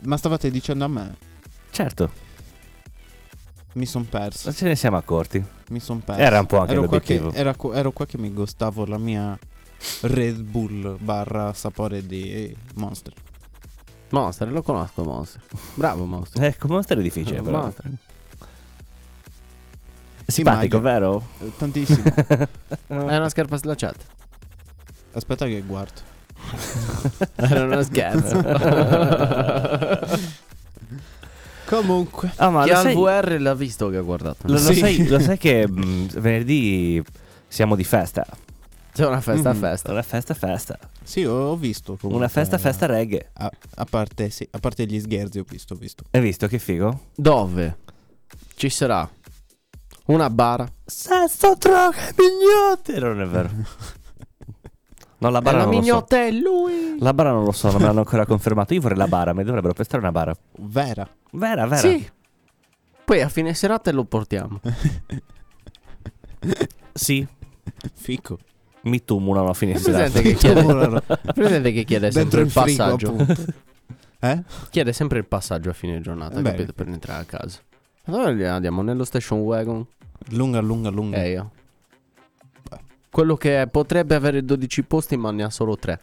S4: Ma stavate dicendo a me?
S6: Certo,
S4: Mi son perso.
S6: non ce ne siamo accorti.
S4: Mi son perso.
S6: Era un po' anche
S4: ero qua, che,
S6: l'obiettivo.
S4: era qua- ero qua che mi gustavo la mia Red Bull barra sapore di Monster.
S3: Monster, lo conosco Monster. Bravo
S6: <laughs>
S3: Monster.
S6: Ecco, non stare difficile, però.
S3: Monster.
S6: Simpatico,
S4: immagino.
S6: vero?
S4: Eh, Tantissimo.
S3: È una scarpa slacciata.
S4: Aspetta che guardo.
S6: <laughs>
S3: Era uno scherzo.
S4: Comunque.
S6: Ah, ma
S3: Chi
S6: lo
S3: ha
S6: sai,
S3: il
S6: lo,
S3: VR l'ha visto che ha guardato.
S6: lo
S4: Sì.
S6: sai, lo sai <laughs> che mm, venerdì siamo di festa.
S3: C'è una festa a
S4: Mhm.
S3: festa.
S6: Una festa festa.
S4: Sì, ho ho visto. comunque.
S6: Una festa festa reggae.
S4: A, a parte, sì, a parte gli scherzi, ho visto, ho visto.
S6: Hai visto che figo?
S3: Dove ci sarà una bara.
S6: Sesso droga mignotte. Non è vero. No, la
S3: E
S6: bara
S3: la
S6: non lo so.
S3: mignotta è lui.
S6: La bara non lo so, non me l'hanno ancora confermato. Io vorrei la bara, mi dovrebbero prestare una bara.
S4: Vera.
S6: Vera, vera.
S3: Sì. Poi a fine serata lo
S4: <laughs>
S3: portiamo.
S6: Sì. <laughs>
S4: Fico.
S6: Mi tumulano a fine
S3: È
S6: serata.
S3: presente che chiede,
S4: Lavorano
S6: Eh,
S3: presente che chiede sempre
S4: Dentro
S3: il
S4: il frigo,
S3: passaggio.
S4: appunto.
S6: <laughs>
S4: Eh?
S3: Chiede sempre il passaggio a fine giornata,
S4: Beh.
S3: capito? Per entrare a casa. Allora gli andiamo nello station wagon.
S4: Lunga, lunga, lunga.
S6: Eh,
S3: E io.
S4: Mm. Beh.
S3: Quello che è- potrebbe avere 12 posti, ma ne ha solo 3.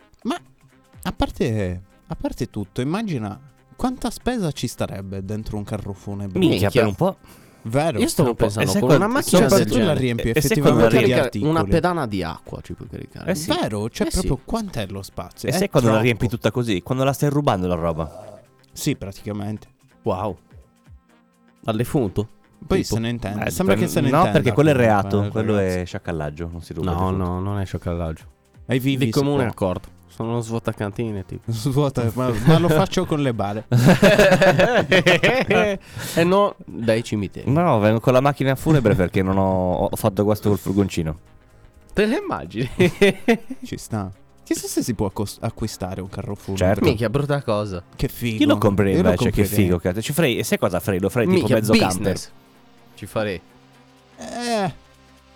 S4: A parte, a parte tutto, immagina quanta spesa ci starebbe dentro un carroffone. blu.
S6: Minchia, per un po'.
S4: Vero?
S3: Io stavo
S6: E
S3: pensando
S6: sai
S3: con
S6: quando-
S3: una macchina del
S4: Soprattutto la
S3: genere.
S4: riempi
S6: E- e se
S4: effettivamente
S6: quando
S3: Puoi
S6: la
S4: di
S3: caricare
S4: articoli.
S3: una pedana di acqua ci puoi caricare.
S6: Eh sì.
S4: Vero, cioè
S3: Eh sì.
S4: proprio quanto è lo spazio.
S6: E
S4: È
S6: sai quando la
S4: troppo.
S6: riempi tutta così? Quando la stai rubando la roba.
S4: Sì, praticamente.
S3: Wow. Al defunto?
S4: Poi
S3: Tipo-
S4: se ne intende.
S6: Eh,
S4: Sembra
S6: per-
S4: che se ne
S6: No,
S4: intenda.
S6: perché quello è
S4: comunque,
S6: reato.
S4: eh,
S6: Quello
S4: ragazzi.
S6: è sciacallaggio. Non si ruba. il
S3: No,
S6: defunto.
S3: no, non è sciacallaggio.
S4: Ai vivi
S3: Di
S4: si
S3: comune
S4: può.
S3: accordo. Sono uno svuotacantine <laughs> tipo.
S4: Svuota, ma, ma lo faccio con le bare.
S3: e Eh no, dai
S6: <laughs>
S4: <laughs>
S3: cimiteri.
S6: No, vengo con la macchina funebre perché non ho, ho fatto questo col furgoncino.
S3: Te le <laughs> immagini?
S4: Ci sta. Chissà se si può accos- acquistare un carro funebre.
S6: Certo.
S3: Minchia, brutta cosa.
S4: Che figo.
S6: Io lo comprerei
S4: Io lo
S6: invece, che
S4: comprerei.
S6: figo. Cazzo. Ci farei, e sai cosa farei? Lo farei tipo
S3: Minchia,
S6: mezzo camper.
S3: business. Ci farei.
S4: Eh.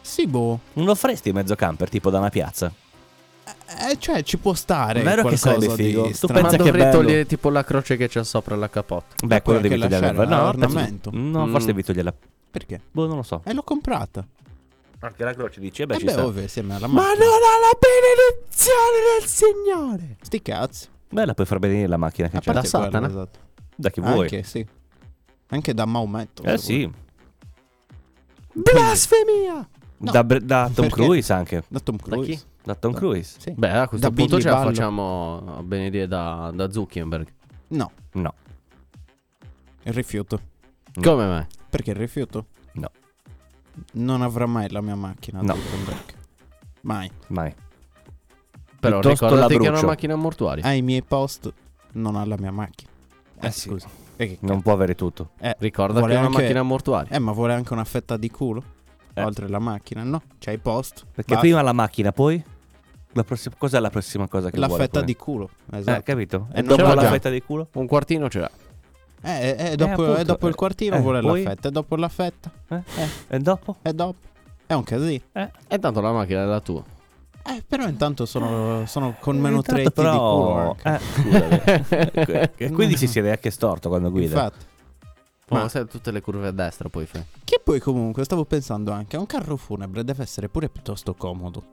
S4: Sì, boh.
S6: Non lo faresti mezzo camper, tipo da una piazza.
S4: Eh, cioè, ci può stare.
S6: Vero che
S4: qualcosa
S6: sarebbe figo?
S4: Di
S6: Tu
S4: strano.
S6: pensa
S3: Ma
S6: che
S3: dovrei
S6: bello.
S3: togliere tipo la croce che c'è sopra la capotta.
S6: Beh, quello
S4: quella
S6: devi
S4: che lasciare
S6: toglierla. No,
S4: a
S6: penso-
S4: ornamento.
S6: No,
S3: Mm.
S6: forse devi toglierla.
S4: Perché?
S6: Boh, non lo so.
S4: Eh, l'ho comprata.
S6: Anche la croce dice, eh beh,
S4: Beh,
S6: ci
S4: beh,
S6: sta.
S4: ovvio, insieme alla
S5: Ma non ha
S4: macchina.
S5: la benedizione del Signore.
S4: Sti cazzo.
S6: Beh, la puoi far benedire la macchina che
S4: A
S6: c'è.
S4: parte
S3: Da
S4: quella,
S3: Satana?
S4: esatto.
S6: Da chi vuoi.
S4: Ah, Anche, sì. Anche da Maometto.
S6: eh sì.
S5: Blasfemia.
S4: No.
S6: Da, Bre- da Tom
S4: Perché?
S6: Cruise anche.
S4: Da Tom Cruise.
S3: chi?
S6: Da Tom Cruise.
S4: Sì.
S3: Beh, a questo
S4: Da
S3: punto
S4: Billy
S3: ce la
S4: Ballo.
S3: facciamo a benedire da, da Zuckerberg.
S4: No,
S6: No.
S4: il rifiuto.
S3: Come mai?
S4: Perché il rifiuto?
S6: No.
S4: Non avrà mai la mia macchina.
S6: No.
S4: Zuckerberg. Mai.
S6: Mai.
S3: Però
S6: Piuttosto la
S3: ricordate che è una
S6: brucio.
S3: macchina mortuaria.
S4: Ai miei post non ha la mia macchina. Eh,
S6: Eh sì.
S4: scusa. E che
S6: Non può avere tutto.
S4: Eh,
S3: Ricorda
S4: vuole
S3: che è una
S4: anche-
S3: macchina mortuaria.
S4: Eh, ma vuole anche una fetta di culo?
S6: Eh.
S4: Oltre la macchina? No, c'è i post.
S6: Perché
S4: basta.
S6: prima la macchina, poi... La prossima, cos'è la prossima cosa che
S4: la
S6: vuole?
S4: fetta
S6: poi?
S4: di culo.
S6: Eh,
S4: Esatto.
S6: capito?
S4: Eh,
S6: E
S4: non
S6: dopo
S4: ce l'ha
S6: la
S4: già.
S6: fetta di culo?
S3: Un quartino ce l'ha.
S4: Eh, eh, eh, dopo,
S6: appunto,
S4: eh, dopo
S6: eh,
S4: il quartino
S6: eh,
S4: vuole
S6: poi?
S4: la fetta. E dopo la fetta.
S6: Eh? E dopo?
S4: E dopo. È un casino.
S3: E tanto la macchina è la tua.
S4: Eh, però intanto sono, sono con meno
S6: Intanto
S4: tretti di
S6: però...
S4: culo. anche.
S6: eh, scusami. E Quindi si siede anche storto quando guida.
S4: Infatti.
S3: Ma
S4: Ma- Eh,
S3: sai tutte le curve a destra poi fai.
S4: Che poi comunque stavo pensando anche, un carro funebre deve essere pure piuttosto comodo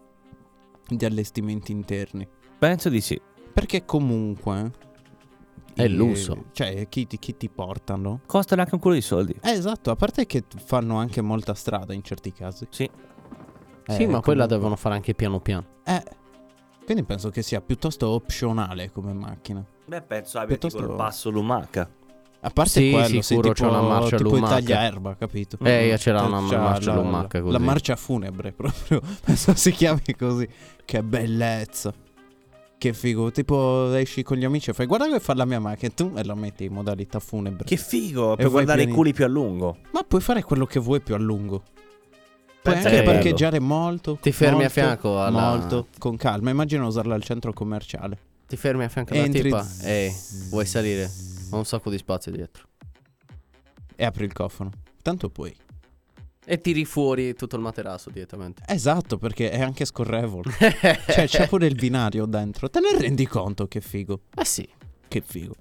S4: di allestimenti interni,
S6: Penso di sì.
S4: perché comunque
S3: È
S4: eh,
S3: lusso.
S4: Cioè, chi ti, chi ti portano?
S6: Costano anche un culo di soldi.
S4: Eh, esatto, a parte che fanno anche molta strada in certi casi.
S6: Sì.
S3: sì, ma poi la
S4: quella
S3: devono fare anche piano piano.
S4: Eh. Quindi penso che sia piuttosto opzionale come macchina.
S6: Beh, penso
S4: abbia tipo Piuttosto- il passo
S6: lumaca.
S4: A parte
S3: Sì,
S4: quello, sì,
S3: sicuro,
S4: tipo,
S3: c'è una marcia
S4: tipo
S3: lumaca.
S4: tagliaerba, capito?
S3: Eh, io c'era
S4: Cioè,
S3: una
S4: c'ha
S3: marcia
S4: la-
S3: lumaca così.
S4: La marcia funebre <laughs> proprio, penso si chiami così. Che bellezza. Che figo, tipo esci con gli amici e fai guarda che fa la mia macchina e tu e la metti in modalità funebre.
S6: Che figo,
S4: E
S6: per
S4: vuoi Eh,
S6: guardare i
S4: pianini.
S6: culi più a lungo.
S4: Ma puoi fare quello che vuoi più a lungo. Puoi
S6: Pensa
S4: anche
S3: che bello.
S4: parcheggiare molto.
S3: Ti fermi
S4: molto,
S3: a fianco alla-
S4: Molto, con calma. Immagina usarla al centro commerciale.
S3: Ti fermi a fianco alla
S4: Entri
S3: tipa. Ehi, vuoi salire? Ho un sacco di spazio dietro.
S4: e apri il cofano. Tanto puoi.
S3: E tiri fuori tutto il materasso <laughs> direttamente.
S4: Esatto, perché è anche scorrevole.
S6: <laughs>
S4: cioè, c'è pure il binario dentro. Te ne rendi conto che figo.
S3: Eh sì.
S4: Che figo.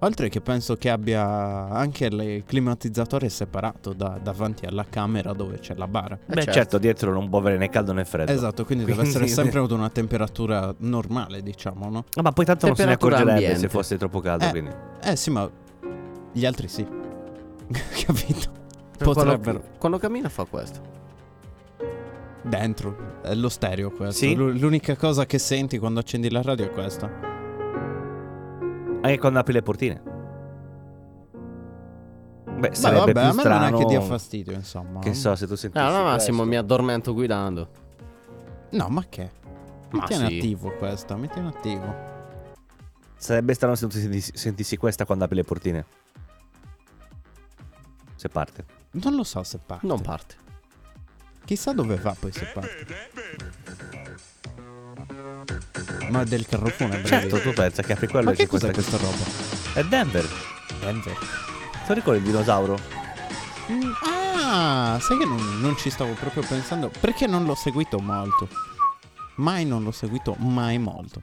S4: Oltre che penso che abbia anche il climatizzatore separato da- davanti alla camera dove c'è la bara.
S6: Beh, certo. dietro non può avere né caldo né freddo.
S4: Esatto, quindi, deve
S6: Quindi-
S4: essere sempre ad una temperatura normale, diciamo, no?
S6: Ah, Ma poi tanto non se ne
S3: Temperatura
S6: accorgerebbe se
S3: ambiente.
S6: fosse troppo caldo.
S4: Eh.
S6: Quindi.
S4: Eh sì, ma gli altri sì. <laughs> Capito?
S3: Quando-
S4: Potrebbero.
S3: Quando cammina fa questo.
S4: Dentro. È lo stereo questo.
S6: Sì.
S4: L'u- l'unica cosa che senti quando accendi la radio è questa.
S6: Anche quando apri le portine. Beh,
S4: Ma
S6: sarebbe
S4: vabbè, a
S6: più
S4: me
S6: strano.
S4: non è che dia fastidio, insomma.
S6: Che so, se tu senti.
S3: No, no, Massimo, Eh, mi addormento guidando.
S4: No, ma che? Mi
S3: Ma
S4: tiene
S3: sì.
S4: attivo questa, mi tiene attivo.
S6: Sarebbe strano se tu senti- sentissi questa quando apri le portine. Se parte.
S4: Non lo so se parte.
S3: Non parte.
S4: Chissà dove va poi se parte. Ma è del carro funebre.
S6: Certo,
S4: lì.
S6: tu pensa che apri quello
S4: Ma
S6: e
S4: che
S6: c'è
S4: cos'è
S6: questa
S4: questa roba?
S6: È Denver. Ti ricordi il dinosauro?
S4: Mm, Ah, sai che non, non ci stavo proprio pensando. Perché non l'ho seguito molto? Mai non l'ho seguito mai molto.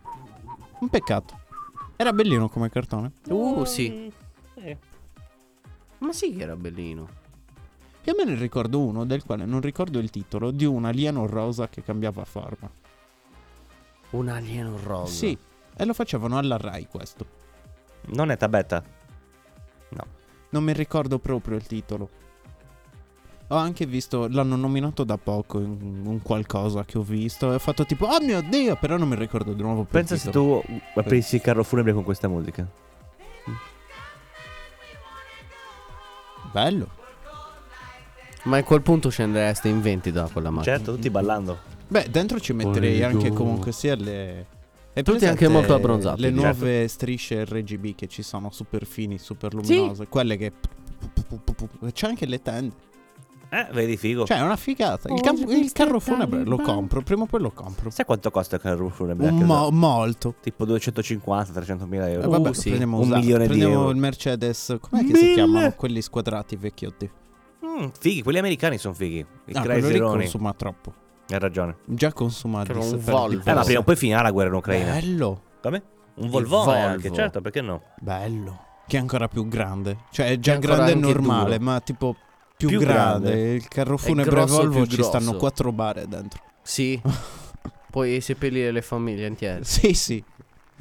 S4: Un peccato. Era bellino come cartone.
S3: Uh, sì. Ma sì che era bellino.
S4: Io me ne ricordo uno del quale non ricordo il titolo, di un alieno rosa che cambiava forma.
S3: Un alieno rosa.
S4: Sì, e lo facevano alla Rai questo.
S6: Non è Tabetta.
S4: Non mi ricordo proprio il titolo. Ho anche visto, l'hanno nominato da poco in un qualcosa che ho visto e ho fatto tipo, oh mio dio, però non mi ricordo di nuovo. più il
S6: Pensa se
S4: titolo.
S6: tu aprissi il carro funebre con questa musica.
S4: Bello.
S3: Ma in quel punto scendereste in 20 da quella macchina.
S6: Certo,
S4: mm.
S6: tutti ballando.
S4: Beh, dentro ci metterei anche comunque sia le... E
S3: Tutti anche molto abbronzati,
S4: Le
S3: certo.
S4: nuove strisce RGB che ci sono, super fini, super luminose. Quelle che... C'è anche le tende.
S6: Eh, vedi
S3: Oh.
S6: figo.
S4: Cioè, è una figata. Il, cam- il carro funebre lo compro, prima o poi lo compro.
S6: Sai quanto costa il carro funebre? a
S4: Un
S6: casa?
S4: mo- molto.
S6: tipo 250-300 mila
S4: Eh,
S6: euro.
S4: vabbè,
S3: sì,
S4: prendiamo
S6: Uh, un
S4: usato.
S6: milione di
S4: prendiamo
S6: euro.
S4: il Mercedes. Com'è che si
S6: Mille.
S4: chiamano quelli squadrati vecchiotti?
S6: Mm, fighi, quelli americani sono fighi. I
S4: Ah, quello lì
S6: Crazy
S4: consuma troppo.
S6: Hai ragione.
S4: Già consumato.
S3: Però un Volvo.
S6: Eh, ma
S3: Forse.
S6: prima o poi finirà la guerra in Ucraina.
S4: Bello,
S6: Come? Un
S3: Volvo.
S6: Volvone anche, certo, perché no?
S4: bello. Che è ancora più grande. Cioè, è già
S3: ancora
S4: grande e
S3: anche
S4: normale,
S3: duro.
S4: ma tipo più,
S6: più
S4: grande.
S6: grande.
S4: Il carrofone
S3: È grosso,
S4: Brevolvo
S3: più
S4: ci
S3: grosso.
S4: stanno quattro bare dentro.
S3: <laughs> Sì. Puoi seppellire le famiglie intiere.
S4: Sì, sì.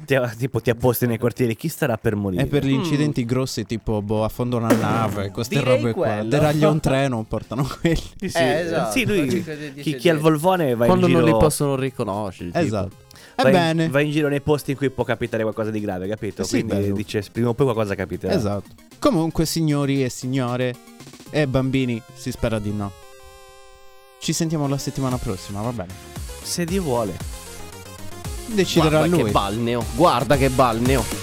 S6: Ti- tipo ti apposti nei quartieri, chi starà per morire?
S4: È per gli
S3: Mm.
S4: incidenti grossi, tipo boh, affondo una nave, queste
S3: Direi
S4: robe qua.
S3: quello.
S4: Deraglia un treno, portano quelli.
S6: Sì, sì.
S3: Eh, esatto.
S6: Sì,
S3: Logica di-
S6: lui, chi,
S3: di
S6: chi
S3: sedere.
S6: ha il volvone va
S3: Quando
S6: in giro...
S3: non li possono riconoscere. tipo.
S4: Esatto.
S6: va in-
S4: Ebbene.
S6: va in giro nei posti in cui può capitare qualcosa di grave, capito?
S4: Sì,
S6: Quindi
S4: bello.
S6: dice prima o poi qualcosa capiterà.
S4: Esatto. Comunque, signori e signore e bambini, si spera di no. Ci sentiamo la settimana prossima, va bene.
S6: Se Dio vuole.
S4: Deciderà
S3: Guarda che
S4: lui.
S3: balneo. Guarda che balneo.